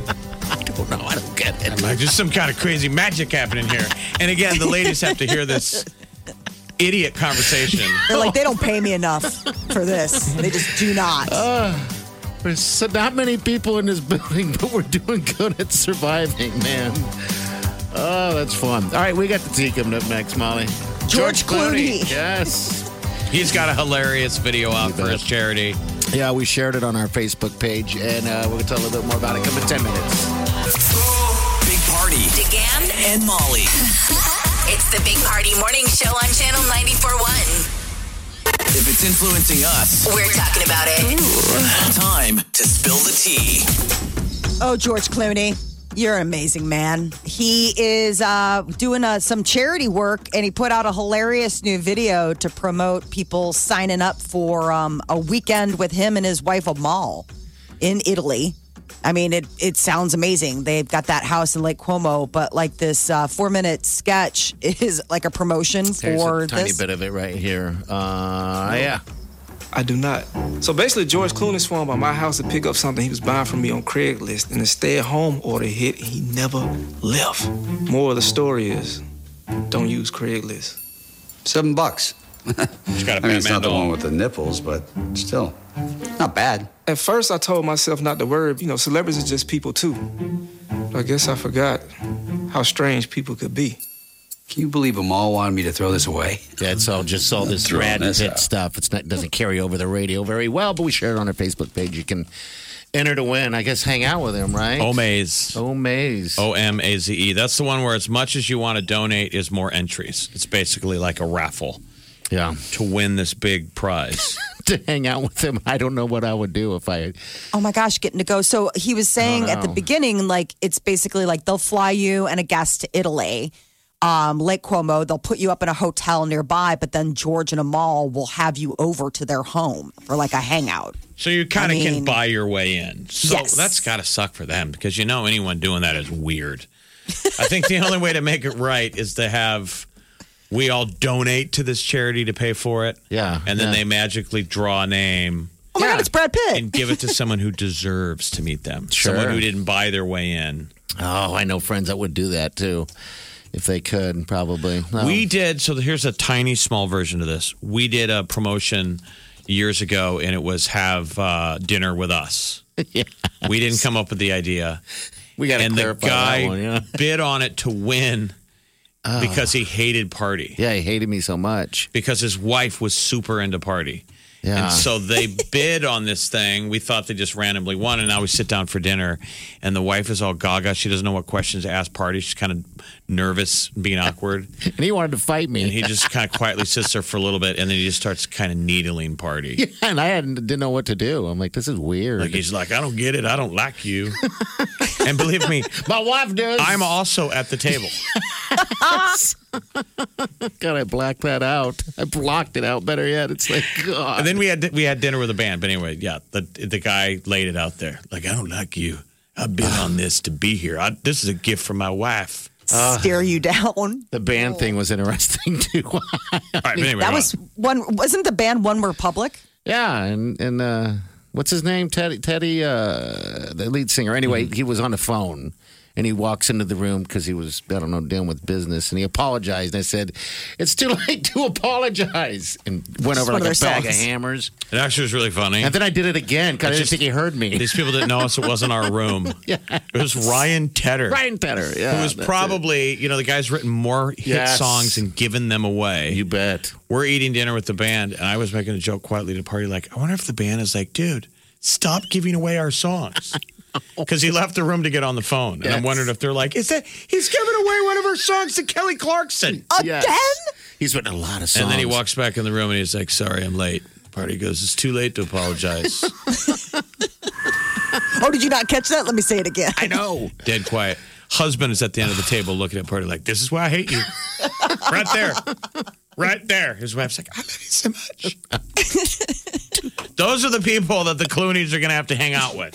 [SPEAKER 6] No, *laughs* I don't get it.
[SPEAKER 7] I'm like, There's some kind of crazy magic happening here. And again, the ladies have to hear this idiot conversation.
[SPEAKER 5] They're like, they don't pay me enough for this. They just do
[SPEAKER 7] Oh.
[SPEAKER 5] not.
[SPEAKER 6] There's so, not many people in this *laughs* building, but we're doing good at surviving, man. Oh, that's fun. All right, we got the tea coming up next, Molly.
[SPEAKER 5] George Clooney.
[SPEAKER 6] Yes.
[SPEAKER 7] He's got a hilarious video out for his charity.
[SPEAKER 6] Yeah, we shared it on our Facebook page, and uh, we're going to tell a little bit more about it. Come in 10 minutes.
[SPEAKER 4] Big Party
[SPEAKER 3] DeGan,
[SPEAKER 4] and Molly.
[SPEAKER 3] it's the Big Party Morning Show on Channel 94.1.
[SPEAKER 4] If it's influencing us,
[SPEAKER 3] We're talking about it.
[SPEAKER 4] time to spill the tea.
[SPEAKER 5] Oh, George Clooney. You're an amazing man. He is uh, doing uh, some charity work, and he put out a hilarious new video to promote people signing up for um, a weekend with him and his wife Amal in Italy. I mean, it it sounds amazing. They've got that house in Lake Como, but like this uh, four minute sketch *laughs* is like a promotion
[SPEAKER 6] Here's
[SPEAKER 5] for
[SPEAKER 6] a tiny
[SPEAKER 5] this.
[SPEAKER 6] bit of it right here. Uh, yeah.
[SPEAKER 9] I do not. So basically, George Clooney swung by my house to pick up something he was buying from me on Craigslist, and the stay-at-home order hit, and he never left. More of the story is, don't use Craigslist. Seven bucks.
[SPEAKER 10] I mean, it's not the one with the nipples, but still, not bad.
[SPEAKER 9] At first, I told myself not to worry. You know, celebrities are just people too. But I guess I forgot how strange people could be.
[SPEAKER 10] Can you believe them all wanted me to throw this away?
[SPEAKER 6] Yeah, it's all just all this
[SPEAKER 10] Throwing
[SPEAKER 6] Brad
[SPEAKER 10] this
[SPEAKER 6] Pitt
[SPEAKER 10] out.
[SPEAKER 6] stuff. It's not doesn't carry over the radio very well, but we share it on our Facebook page. You can enter to win. I guess hang out with him, right?
[SPEAKER 7] Oh,
[SPEAKER 6] Oh,
[SPEAKER 7] Omaze.
[SPEAKER 6] Omaze.
[SPEAKER 7] O M A Z E. That's the one where as much as you want to donate is more entries. It's basically like a raffle.
[SPEAKER 6] Yeah. *laughs*
[SPEAKER 7] To win this big prize.
[SPEAKER 6] to hang out with him. I don't know what I would do if I.
[SPEAKER 5] Oh my gosh, getting to go. So he was saying at the
[SPEAKER 6] know.
[SPEAKER 5] beginning, like it's basically like they'll fly you and a guest to Italy, um, Lake Como. They'll put you up in a hotel nearby, but then George and Amal will have you over to their home for like a hangout.
[SPEAKER 7] So you kind
[SPEAKER 5] I
[SPEAKER 7] of
[SPEAKER 5] mean-
[SPEAKER 7] can buy your way in. So
[SPEAKER 5] Yes.
[SPEAKER 7] that's got to suck for them because you know anyone doing that is weird. I think the only way to make it right is to have we all donate to this charity to pay for it.
[SPEAKER 6] Yeah.
[SPEAKER 7] And then
[SPEAKER 6] yeah.
[SPEAKER 7] they magically draw a name
[SPEAKER 5] Oh my god, it's Brad Pitt.
[SPEAKER 7] and give it to someone who deserves to meet them.
[SPEAKER 6] Sure.
[SPEAKER 7] Someone who didn't buy their way in.
[SPEAKER 6] Oh, I know friends that would do that too, if they could. Probably. No.
[SPEAKER 7] We did. So here's a tiny, small version of this. We did a promotion years ago, and it was have uh, dinner with
[SPEAKER 6] *laughs*
[SPEAKER 7] us. We didn't come up with the idea.
[SPEAKER 6] We gotta
[SPEAKER 7] and the
[SPEAKER 6] clarify that
[SPEAKER 7] guy
[SPEAKER 6] one, yeah.
[SPEAKER 7] *laughs*
[SPEAKER 6] Ah.
[SPEAKER 7] bid on it to win because he hated party
[SPEAKER 6] Yeah, he hated me so much.
[SPEAKER 7] because his wife was super into party.
[SPEAKER 6] Yeah.
[SPEAKER 7] And so they bid on this thing. We thought they just randomly won. And now we sit down for dinner, and the wife is all gaga. She doesn't know what questions to ask party. She's kind of nervous,
[SPEAKER 6] *laughs*
[SPEAKER 7] being awkward.
[SPEAKER 6] *laughs* and he wanted to fight me.
[SPEAKER 7] And he just kind of quietly sits there for a little bit, and then he just starts kind of needling party.
[SPEAKER 6] Yeah, *laughs* and I hadn't, didn't know what to do. I'm like, this is weird.
[SPEAKER 7] Like he's like, I don't get it. I don't like you. and believe me,
[SPEAKER 6] My wife does.
[SPEAKER 7] I'm also at the table.
[SPEAKER 6] *laughs* God, I blocked that out. I blocked it out. Better yet, it's like God.
[SPEAKER 7] And then we had we had dinner with a band. But anyway, yeah, the the guy laid it out there. Like I don't like you. I've been on this to be here. I, this is a gift from my
[SPEAKER 6] *laughs*
[SPEAKER 7] wife.
[SPEAKER 5] Stare you down.
[SPEAKER 6] the band thing was interesting too.
[SPEAKER 7] All right, but anyway,
[SPEAKER 5] that
[SPEAKER 7] go
[SPEAKER 6] *laughs*
[SPEAKER 5] was
[SPEAKER 7] on.
[SPEAKER 5] one. Wasn't the band One Republic?
[SPEAKER 6] yeah, and and uh, what's his name? Teddy Teddy, uh, the lead singer. Anyway, he was on the phone. And he walks into the room because he was, I don't know, dealing with business. And he apologized. And I said, It's too *laughs* late to apologize. And went over
[SPEAKER 5] one
[SPEAKER 6] like
[SPEAKER 5] of
[SPEAKER 6] a
[SPEAKER 5] their
[SPEAKER 6] bag of
[SPEAKER 5] songs.
[SPEAKER 6] hammers.
[SPEAKER 7] it actually was really funny.
[SPEAKER 6] And then *laughs* I did it again because I didn't
[SPEAKER 7] just-
[SPEAKER 6] think he heard me.
[SPEAKER 7] These people didn't know us. It wasn't our
[SPEAKER 6] *laughs*
[SPEAKER 7] room. It was Ryan Tedder.
[SPEAKER 6] Ryan Petter. Yeah.
[SPEAKER 7] who was
[SPEAKER 6] that's it.
[SPEAKER 7] probably, you know, the guy's written more hit
[SPEAKER 6] Yes.
[SPEAKER 7] songs and given them away.
[SPEAKER 6] You bet.
[SPEAKER 7] We're eating dinner with the band, and I was making a joke quietly to party, like, I wonder if the band is like, dude, stop giving away our
[SPEAKER 6] *laughs*
[SPEAKER 7] songs. Because he left the room to get on the phone. And I'm
[SPEAKER 6] Yes.
[SPEAKER 7] wondering if they're like, is that he's giving away one of our songs to Kelly Clarkson?
[SPEAKER 5] Again?
[SPEAKER 6] He's written a lot of Oh. songs.
[SPEAKER 7] And then he walks back in the room and he's like, sorry, I'm late. Party goes, it's too late to
[SPEAKER 6] *laughs*
[SPEAKER 7] apologize.
[SPEAKER 5] Oh, did you not catch that? Let me say it again.
[SPEAKER 6] I know.
[SPEAKER 7] Dead quiet. Husband is at the end of the table looking at party like, this is why I hate you. right there. Right there. His wife's like, I love you so much. Those are the people that the Clooney's are going to have to hang out with.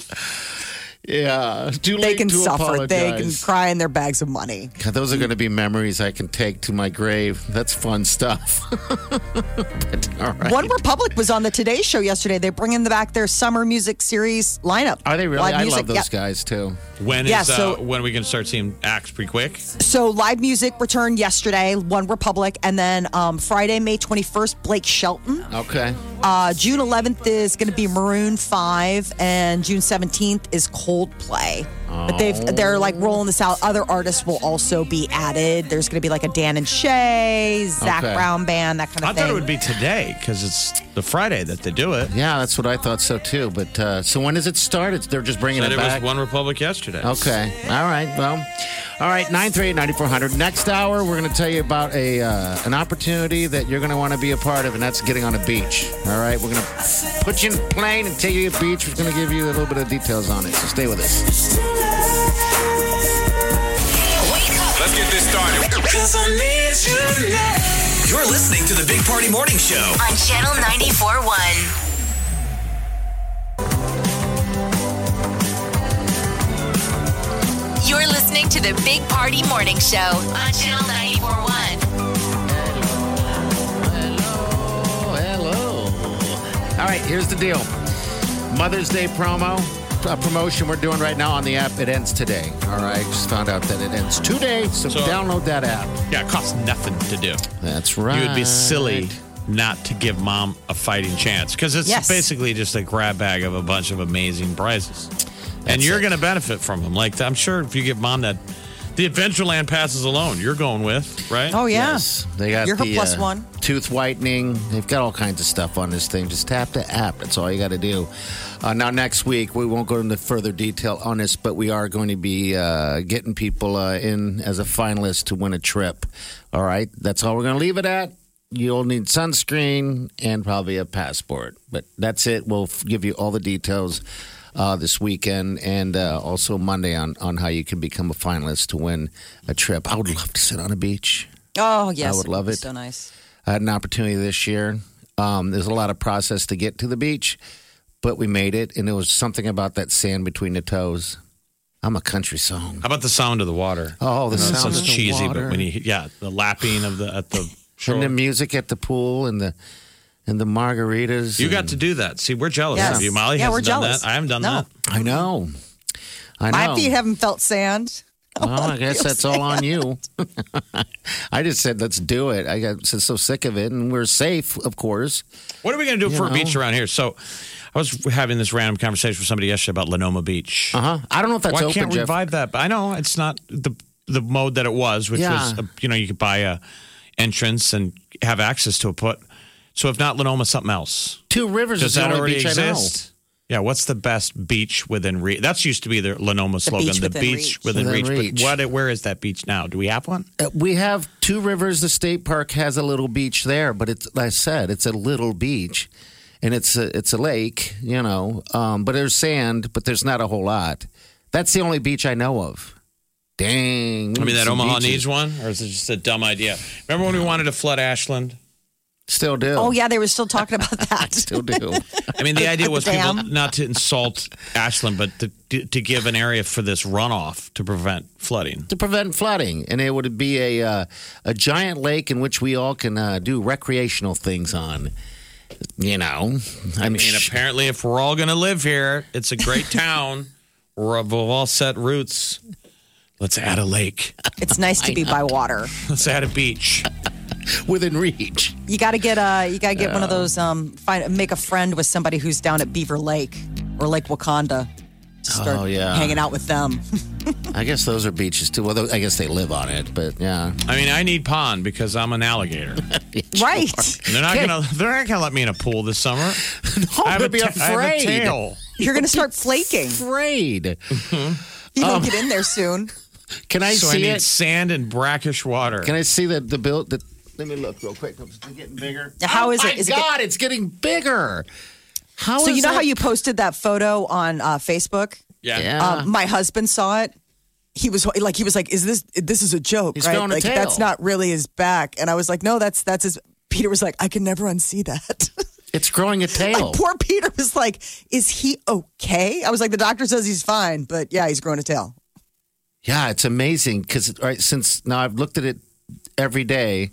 [SPEAKER 6] Yeah. Too
[SPEAKER 5] They
[SPEAKER 6] late
[SPEAKER 5] can
[SPEAKER 6] to
[SPEAKER 5] suffer.
[SPEAKER 6] apologize.
[SPEAKER 5] They can cry in their bags of money.
[SPEAKER 6] God, those are going to be memories I can take to my grave. That's fun stuff. But, all right.
[SPEAKER 5] One Republic was on the Today Show yesterday. They're bringing back their summer music series lineup.
[SPEAKER 6] *laughs* Are they really?
[SPEAKER 5] Live
[SPEAKER 6] I
[SPEAKER 5] music,
[SPEAKER 6] love those
[SPEAKER 5] yeah.
[SPEAKER 6] guys too.
[SPEAKER 7] When is
[SPEAKER 5] Yeah, so-
[SPEAKER 7] uh, when we can start seeing acts pretty quick?
[SPEAKER 5] So live music returned yesterday, One Republic, and then um, Friday, May 21st, Blake Shelton.
[SPEAKER 6] Okay.
[SPEAKER 5] Uh, June 11th is going to be Maroon 5, and June 17th is Coldplay. But
[SPEAKER 6] Oh.
[SPEAKER 5] they've they're like rolling this out. Other artists will also be added. There's going to be like a Dan and Shay, Zach
[SPEAKER 6] Okay.
[SPEAKER 5] Brown band, that kind of
[SPEAKER 7] I
[SPEAKER 5] thing.
[SPEAKER 7] thought it would be today because it's the Friday that they do it.
[SPEAKER 6] Yeah, that's what I thought so too. But uh, so when does it start? It's, they're just bringing
[SPEAKER 7] But
[SPEAKER 6] it
[SPEAKER 7] it was
[SPEAKER 6] back.
[SPEAKER 7] One Republic yesterday.
[SPEAKER 6] Okay. All right. Well, all right. 938-9400. Next hour, we're going to tell you about a uh, an opportunity that you're going to want to be a part of, and that's getting on a beach. All right. We're going to put you in a plane and take you to a beach. We're going to give you a little bit of details on it. So stay with us.
[SPEAKER 11] Tonight.
[SPEAKER 4] You're listening to the Big Party Morning Show.
[SPEAKER 3] On Channel 94.1. You're listening to the Big Party Morning Show on Channel 94.1.
[SPEAKER 6] Hello. All right, here's the deal. Mother's Day promo, a promotion we're doing right now on the app. It ends today. All right, just found out that it ends today, so,
[SPEAKER 7] So-
[SPEAKER 6] download that app.
[SPEAKER 7] Yeah, it costs nothing to do.
[SPEAKER 6] That's right.
[SPEAKER 7] You would be
[SPEAKER 5] Ah,
[SPEAKER 7] silly not to give mom a fighting chance because it's
[SPEAKER 6] Yes.
[SPEAKER 7] basically just a grab bag of a bunch of amazing prizes. and you're going to benefit from them. Like, I'm sure if you give mom that, the Adventureland passes alone, you're going with, right?
[SPEAKER 5] Oh, yeah.
[SPEAKER 6] Yes. They got
[SPEAKER 5] You're her
[SPEAKER 6] the,
[SPEAKER 5] plus
[SPEAKER 6] uh,
[SPEAKER 5] one.
[SPEAKER 6] Tooth whitening. They've got all kinds of stuff on this thing. Just tap the app. That's all you got to do. Uh, now, next week, we won't go into further detail on this, but we are going to be uh, getting people uh, in as a finalist to win a trip. All right. That's all we're going to leave it at. You'll need sunscreen and probably a passport. But that's it. We'll f- give you all the details uh, this weekend and uh, also Monday on, on how you can become a finalist to win a trip. I would love to sit on a beach.
[SPEAKER 5] Oh yes,
[SPEAKER 6] I would love
[SPEAKER 5] be
[SPEAKER 6] it.
[SPEAKER 5] So nice.
[SPEAKER 6] I had an opportunity this year. Um, there's a lot of process to get to the beach, but we made it, and it was something about that sand between the toes. I'm a country song.
[SPEAKER 7] How about the sound of the water?
[SPEAKER 6] Oh,
[SPEAKER 7] I know
[SPEAKER 6] the
[SPEAKER 7] it
[SPEAKER 6] sound
[SPEAKER 7] sounds
[SPEAKER 6] of the
[SPEAKER 7] cheesy,
[SPEAKER 6] water.
[SPEAKER 7] but when you, yeah, the lapping of the, at the shore.
[SPEAKER 6] *laughs* And the music at the pool, and the and the margaritas.
[SPEAKER 7] you got to do that. See, we're jealous
[SPEAKER 5] Yes.
[SPEAKER 7] of you. Molly
[SPEAKER 5] Yeah,
[SPEAKER 7] hasn't
[SPEAKER 5] we're
[SPEAKER 7] done
[SPEAKER 5] jealous.
[SPEAKER 7] that. I haven't done
[SPEAKER 5] No.
[SPEAKER 7] that.
[SPEAKER 6] I know. I know.
[SPEAKER 5] My feet haven't felt sand.
[SPEAKER 6] Well, I guess that's all on you. *laughs* I just said, let's do it. I got so sick of it, and we're safe, of course.
[SPEAKER 7] What are we going to do
[SPEAKER 6] You
[SPEAKER 7] for
[SPEAKER 6] know.
[SPEAKER 7] a beach around here? So, I was having this random conversation with somebody yesterday about Lenoma Beach.
[SPEAKER 6] Uh huh. I don't know if that's
[SPEAKER 7] Uh-huh. Why
[SPEAKER 6] open,
[SPEAKER 7] can't
[SPEAKER 6] Jeff.
[SPEAKER 7] revive that? But I know it's not the the mode that it was, which was
[SPEAKER 6] Yeah.
[SPEAKER 7] uh, you know you could buy a entrance and have access to a put. So if not Lenoma, something else.
[SPEAKER 6] Two Rivers
[SPEAKER 7] Does
[SPEAKER 6] is the
[SPEAKER 7] that
[SPEAKER 6] only
[SPEAKER 7] already
[SPEAKER 6] beach I know.
[SPEAKER 7] exist? Yeah, what's the best beach within reach? That's used to be the Lenoma slogan,
[SPEAKER 6] beach
[SPEAKER 7] the
[SPEAKER 6] within
[SPEAKER 7] beach
[SPEAKER 6] reach.
[SPEAKER 7] within,
[SPEAKER 6] Within
[SPEAKER 7] reach.
[SPEAKER 6] reach.
[SPEAKER 7] But what? Where is that beach now? Do we have one?
[SPEAKER 6] Uh, We have Two Rivers. The state park has a little beach there, but it's like I said, it's a little beach, and it's a it's a lake, you know. Um, but there's sand, but there's not a whole lot. That's the only beach I know of. Dang! we
[SPEAKER 7] I mean,
[SPEAKER 6] need
[SPEAKER 7] that
[SPEAKER 6] some
[SPEAKER 7] Omaha
[SPEAKER 6] beaches.
[SPEAKER 7] needs one, or is it just a dumb idea? Remember when we wanted to flood Ashland?
[SPEAKER 6] Still do.
[SPEAKER 5] Oh yeah, they were still talking about
[SPEAKER 6] *laughs*
[SPEAKER 5] that.
[SPEAKER 6] still do.
[SPEAKER 7] I mean, the idea was
[SPEAKER 6] *laughs*
[SPEAKER 7] people
[SPEAKER 5] Damn.
[SPEAKER 7] not to insult Ashland, but to, to give an area for this runoff to prevent flooding.
[SPEAKER 6] to prevent flooding, and it would be a uh, a giant lake in which we all can uh, do recreational things on. You know, I mean,
[SPEAKER 7] And apparently, if we're all going to live here, it's a
[SPEAKER 6] *laughs*
[SPEAKER 7] great town. we're, we've all set roots. Let's add a lake.
[SPEAKER 5] It's nice to be by water.
[SPEAKER 7] Let's add a beach.
[SPEAKER 6] within reach.
[SPEAKER 5] You got to get uh, you got to get one of those. Um, find make a friend with somebody who's down at Beaver Lake or Lake Wakanda. Just start
[SPEAKER 6] Oh, yeah.
[SPEAKER 5] hanging out with them. *laughs*
[SPEAKER 6] I guess those are beaches too. Well, I guess they live on it, but yeah.
[SPEAKER 7] I mean, I need pond because I'm an alligator.
[SPEAKER 5] right.
[SPEAKER 7] They're not gonna. They're not gonna let me in a pool this summer.
[SPEAKER 6] *laughs*
[SPEAKER 7] I have
[SPEAKER 6] they'll
[SPEAKER 7] a
[SPEAKER 6] be
[SPEAKER 7] ta- I have a
[SPEAKER 6] afraid.
[SPEAKER 7] tail.
[SPEAKER 5] You're gonna start flaking.
[SPEAKER 6] Afraid.
[SPEAKER 5] You
[SPEAKER 6] Um,
[SPEAKER 5] don't get in there soon.
[SPEAKER 6] Can I
[SPEAKER 7] so I
[SPEAKER 6] see
[SPEAKER 7] need
[SPEAKER 6] it?
[SPEAKER 7] sand and brackish water.
[SPEAKER 6] Can I see the the build? The, let me look real quick. It's getting bigger.
[SPEAKER 5] How
[SPEAKER 6] oh
[SPEAKER 5] is
[SPEAKER 6] my
[SPEAKER 5] it? Is it get-
[SPEAKER 6] God, it's getting bigger. *laughs* How
[SPEAKER 5] so
[SPEAKER 6] is
[SPEAKER 5] you know
[SPEAKER 6] that-
[SPEAKER 5] how you posted that photo on uh, Facebook?
[SPEAKER 7] Yeah.
[SPEAKER 6] Uh-huh.
[SPEAKER 5] Um, my husband saw it. He was like, he was like, "Is this this is a joke?
[SPEAKER 6] He's
[SPEAKER 5] right?
[SPEAKER 6] growing a
[SPEAKER 5] Like
[SPEAKER 6] tail.
[SPEAKER 5] that's not really his back." And I was like, "No, that's that's his." Peter was like, "I can never unsee that." *laughs*
[SPEAKER 6] it's growing a tail.
[SPEAKER 7] Oh.
[SPEAKER 5] like Oh, poor Peter was like, "Is he okay?" I was like, "The doctor says he's fine, but yeah, he's growing a tail." E,
[SPEAKER 6] Yeah, it's amazing because right since now I've looked at it every day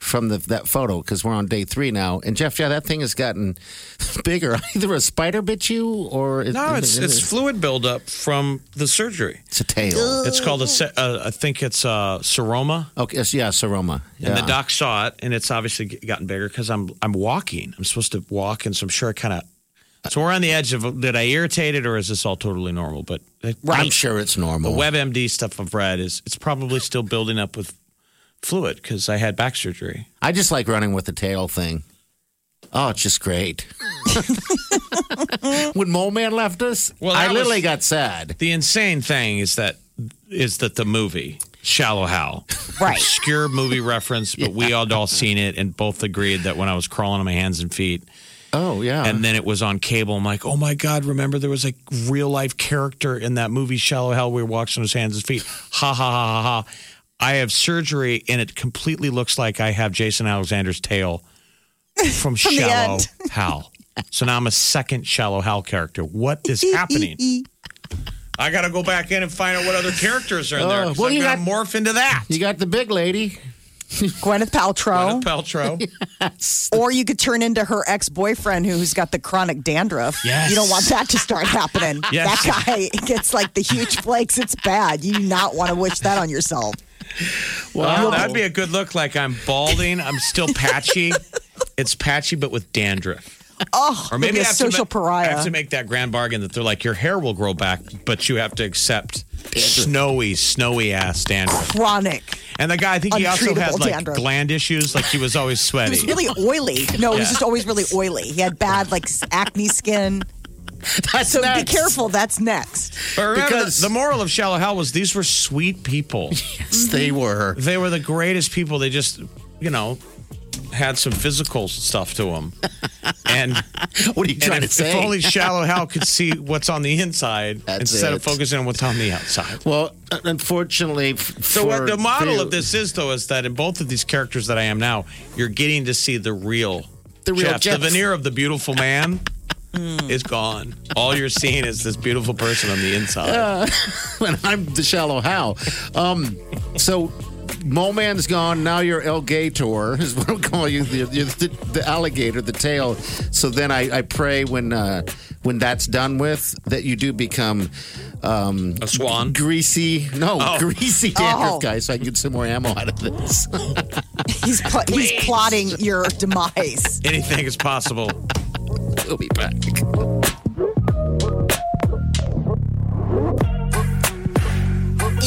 [SPEAKER 6] from the, that photo because we're on day three now. And Jeff, yeah, that thing has gotten *laughs* bigger. *laughs* Either a spider bit you or it,
[SPEAKER 7] No, it's it's fluid buildup from the surgery.
[SPEAKER 6] *laughs* it's a tail.
[SPEAKER 7] It's called a. se- Uh, I think it's uh, seroma.
[SPEAKER 6] Okay, it's- yeah, seroma.
[SPEAKER 7] And
[SPEAKER 6] Yeah.
[SPEAKER 7] the doc saw it, and it's obviously g- gotten bigger because I'm I'm walking. I'm supposed to walk, and so I'm sure it kind of. So we're on the edge of did I irritate it or is this all totally normal? But it-
[SPEAKER 6] I'm sure it's
[SPEAKER 7] the
[SPEAKER 6] normal.
[SPEAKER 7] WebMD stuff I've read is it's probably still building up with fluid because I had back surgery.
[SPEAKER 6] I just like running with the tail thing. Oh, it's just *laughs* great. when Mole Man left us,
[SPEAKER 7] Well,
[SPEAKER 6] I
[SPEAKER 7] that
[SPEAKER 6] literally
[SPEAKER 7] was-
[SPEAKER 6] got sad.
[SPEAKER 7] The insane thing is that is that the movie Shallow Hal,
[SPEAKER 5] Right.
[SPEAKER 7] obscure movie reference, but we all all seen it and both agreed that when I was crawling on my hands and feet,
[SPEAKER 6] Oh yeah,
[SPEAKER 7] and then it was on cable. I'm like, oh my god! Remember, there was a real life character in that movie, Shallow Hell, where he walks on his hands and feet. Ha ha ha ha ha! I have surgery and it completely looks like I have Jason Alexander's tail
[SPEAKER 6] *laughs*
[SPEAKER 7] from,
[SPEAKER 5] From the
[SPEAKER 7] Shallow
[SPEAKER 5] end.
[SPEAKER 7] Hal. So now I'm a second Shallow Hal character. What
[SPEAKER 6] *laughs*
[SPEAKER 7] is
[SPEAKER 5] e,
[SPEAKER 7] happening? I got to go back in and find out what other characters are in there.
[SPEAKER 6] Oh,
[SPEAKER 7] 'cause
[SPEAKER 6] well,
[SPEAKER 7] I'm
[SPEAKER 6] you
[SPEAKER 7] gonna
[SPEAKER 6] got-
[SPEAKER 7] morph into that.
[SPEAKER 6] You got the big lady.
[SPEAKER 5] Gwyneth Paltrow.
[SPEAKER 7] Gwyneth
[SPEAKER 6] *laughs*
[SPEAKER 7] Paltrow.
[SPEAKER 5] Or you could turn into her ex boyfriend who's got the chronic dandruff.
[SPEAKER 7] Yes.
[SPEAKER 5] You don't want that to start happening.
[SPEAKER 7] *laughs* Yes.
[SPEAKER 5] That guy gets like the huge flakes. It's bad. You do not want to wish that on yourself.
[SPEAKER 7] Well, that'd be a good look. Like I'm balding. I'm still patchy. it's patchy, but with dandruff.
[SPEAKER 5] Oh,
[SPEAKER 7] Or maybe
[SPEAKER 5] you'll be a
[SPEAKER 7] I have
[SPEAKER 5] social
[SPEAKER 7] to ma- I have
[SPEAKER 5] pariah.
[SPEAKER 7] to make that grand bargain that they're like, your hair will grow back, but you have to accept snowy, snowy ass dandruff.
[SPEAKER 5] Chronic.
[SPEAKER 7] And the guy, I think he also
[SPEAKER 5] Untreatable
[SPEAKER 7] has like
[SPEAKER 5] dandruff.
[SPEAKER 7] gland issues. Like he was always
[SPEAKER 5] *laughs* He
[SPEAKER 7] sweaty.
[SPEAKER 5] was really oily. No, he was
[SPEAKER 7] Yeah.
[SPEAKER 5] just always really oily. He had bad like
[SPEAKER 7] *laughs*
[SPEAKER 5] acne skin.
[SPEAKER 6] That's
[SPEAKER 5] so be careful. That's next.
[SPEAKER 7] But remember,
[SPEAKER 5] Because-
[SPEAKER 7] the moral of Shallow Hell was these were sweet
[SPEAKER 5] *laughs*
[SPEAKER 7] people. yes,
[SPEAKER 6] Mm-hmm. they were.
[SPEAKER 7] They were the greatest people. They just, you know, had some physical stuff to them. And
[SPEAKER 6] *laughs* what are you trying to
[SPEAKER 7] if,
[SPEAKER 6] say?
[SPEAKER 7] If only Shallow Hell
[SPEAKER 6] *laughs*
[SPEAKER 7] could see what's on the inside
[SPEAKER 6] That's
[SPEAKER 7] instead
[SPEAKER 6] it.
[SPEAKER 7] of focusing on what's on the outside.
[SPEAKER 6] Well, uh, unfortunately, f-
[SPEAKER 7] So
[SPEAKER 6] for
[SPEAKER 7] what the model
[SPEAKER 6] you-
[SPEAKER 7] of this is, though, is that in both of these characters that I am now, you're getting to see the real,
[SPEAKER 6] The real Jeff. Hmm.
[SPEAKER 7] The veneer of the beautiful
[SPEAKER 6] *laughs*
[SPEAKER 7] man is gone. All you're seeing is this beautiful person on the inside.
[SPEAKER 6] Uh, and I'm the shallow how. Um, so, Mole Man's gone. Now you're El Gator, *laughs* is what I'm calling you. You're, you're the, the alligator, the tail. So then I, I pray when uh, when that's done with that you do become um,
[SPEAKER 7] a swan.
[SPEAKER 6] Greasy, no,
[SPEAKER 7] Oh.
[SPEAKER 6] *laughs* greasy dandruff
[SPEAKER 5] Oh.
[SPEAKER 6] guy, so I can get some more ammo out of this. *laughs*
[SPEAKER 5] He's pl- he's plotting your demise.
[SPEAKER 7] Anything is possible.
[SPEAKER 6] we'll be back.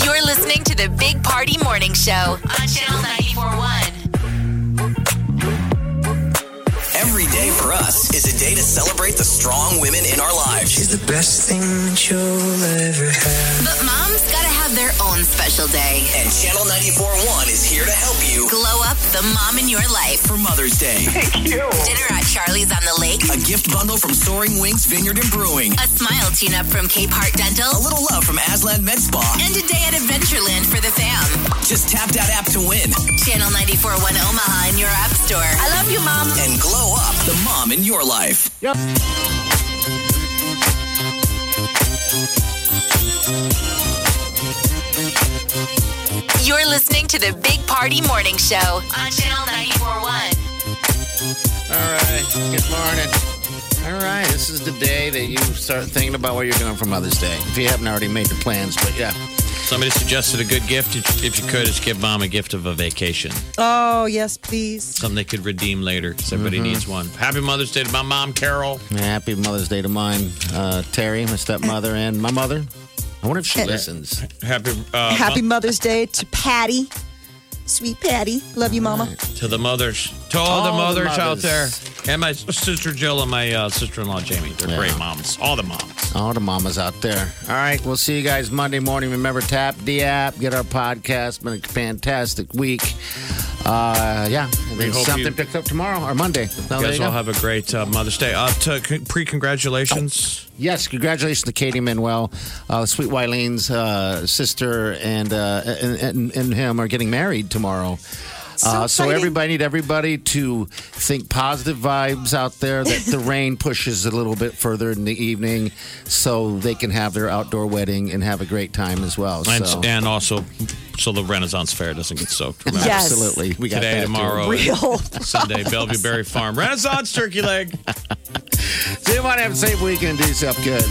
[SPEAKER 3] You're listening to the Big Party Morning Show on Channel 941.
[SPEAKER 4] Every day for us is a day to celebrate the strong women in our lives. She's the best thing that you'll ever have.
[SPEAKER 3] But moms gotta have their own special day.
[SPEAKER 4] And Channel 94.1 is here to help you
[SPEAKER 3] Glow up the mom in your life.
[SPEAKER 4] for Mother's Day.
[SPEAKER 3] Thank you. Dinner at Charlie's on the Lake.
[SPEAKER 4] A gift bundle from Soaring Wings Vineyard and Brewing.
[SPEAKER 3] A smile tune up from Cape Heart Dental.
[SPEAKER 4] A little love from Aslan Med Spa.
[SPEAKER 3] And a day at Adventureland for the fam.
[SPEAKER 4] Just tap that app to win
[SPEAKER 3] Channel 941 Omaha in your app store. I love you, mom.
[SPEAKER 4] and glow up the mom in your life.
[SPEAKER 6] Yep.
[SPEAKER 3] You're listening to the Big Party Morning Show on Channel 941.
[SPEAKER 6] All right. Good morning. All right. This is the day that you start thinking about what you're doing for Mother's Day. If you haven't already made the plans, but yeah.
[SPEAKER 7] Somebody suggested a good gift, if- if you could, is give mom a gift of a vacation.
[SPEAKER 5] Oh yes, please.
[SPEAKER 7] Something they could redeem later because everybody
[SPEAKER 6] Mhm.
[SPEAKER 7] needs one. Happy Mother's Day to my mom, Carol.
[SPEAKER 6] Happy Mother's Day to mine, uh, Terry, my stepmother, and my mother. I wonder if she listens.
[SPEAKER 7] Happy, uh,
[SPEAKER 5] Happy
[SPEAKER 7] mo-
[SPEAKER 5] Mother's Day to Patty. Sweet Patty. Love you, Mama.
[SPEAKER 7] to the mothers, to all, the,
[SPEAKER 6] All the
[SPEAKER 7] mothers out there,
[SPEAKER 6] mothers.
[SPEAKER 7] and my sister Jill and my uh, sister-in-law Jamie. They're
[SPEAKER 6] Yeah.
[SPEAKER 7] great moms. All the moms.
[SPEAKER 6] All the mamas out there. All right, we'll see you guys Monday morning. Remember, tap the app, get our podcast. Been a fantastic week. Uh, yeah, and
[SPEAKER 7] We
[SPEAKER 6] then
[SPEAKER 7] hope
[SPEAKER 6] something
[SPEAKER 7] you-
[SPEAKER 6] picked up tomorrow or Monday. Now,
[SPEAKER 7] you
[SPEAKER 6] there
[SPEAKER 7] guys
[SPEAKER 6] you
[SPEAKER 7] all
[SPEAKER 6] go.
[SPEAKER 7] have a great uh, Mother's Day. Uh, to c- pre-congratulations.
[SPEAKER 6] Yes, congratulations to Katie Manuel. Uh, Sweet Wylene's uh, sister and, uh, and, and and him are getting married tomorrow. So, uh, so
[SPEAKER 5] exciting.
[SPEAKER 6] everybody need everybody to think positive vibes out there. That
[SPEAKER 5] *laughs*
[SPEAKER 6] the rain pushes a little bit further in the evening, so they can have their outdoor wedding and have a great time as well.
[SPEAKER 7] And,
[SPEAKER 6] so.
[SPEAKER 7] and also, so the Renaissance Fair doesn't get soaked. *laughs* Remember?
[SPEAKER 5] Yes.
[SPEAKER 6] Absolutely, we got
[SPEAKER 7] Today,
[SPEAKER 6] that too.
[SPEAKER 7] tomorrow,
[SPEAKER 5] Real.
[SPEAKER 7] and Sunday, Bellevue Berry Farm. Renaissance turkey leg.
[SPEAKER 6] So you want to have a safe weekend. Do yourself good.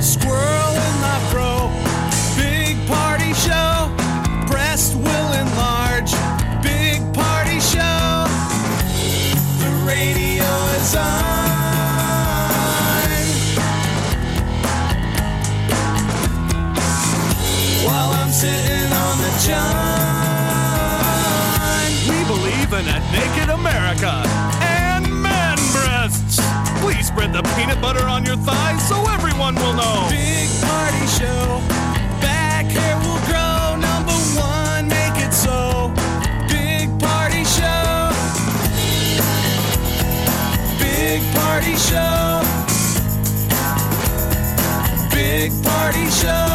[SPEAKER 11] Squirrel in my fro. Big party show. Breast will enlarge. Big party show. The radio is on. While I'm sitting on the john. We believe in a naked America and men. spread the peanut butter on your thighs so everyone will know. Oh. Big party show. Back hair will grow. Number one, make it so. Big party show. Big party show. Big party show.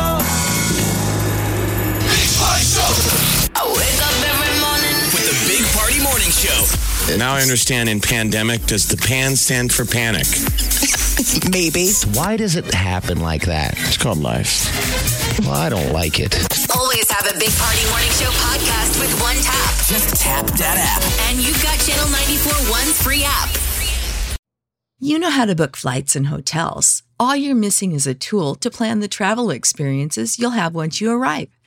[SPEAKER 11] Big party show.
[SPEAKER 3] I wake up every morning.
[SPEAKER 4] With the Big Party Morning Show.
[SPEAKER 7] Now I understand in pandemic, does the pan stand for panic?
[SPEAKER 5] Maybe.
[SPEAKER 6] Why does it happen like that? It's called life. Well, I don't like it.
[SPEAKER 3] Always have a Big Party Morning Show podcast with one tap. Just tap that app. And you've got Channel 94.1's free app.
[SPEAKER 12] You know how to book flights and hotels. All you're missing is a tool to plan the travel experiences you'll have once you arrive.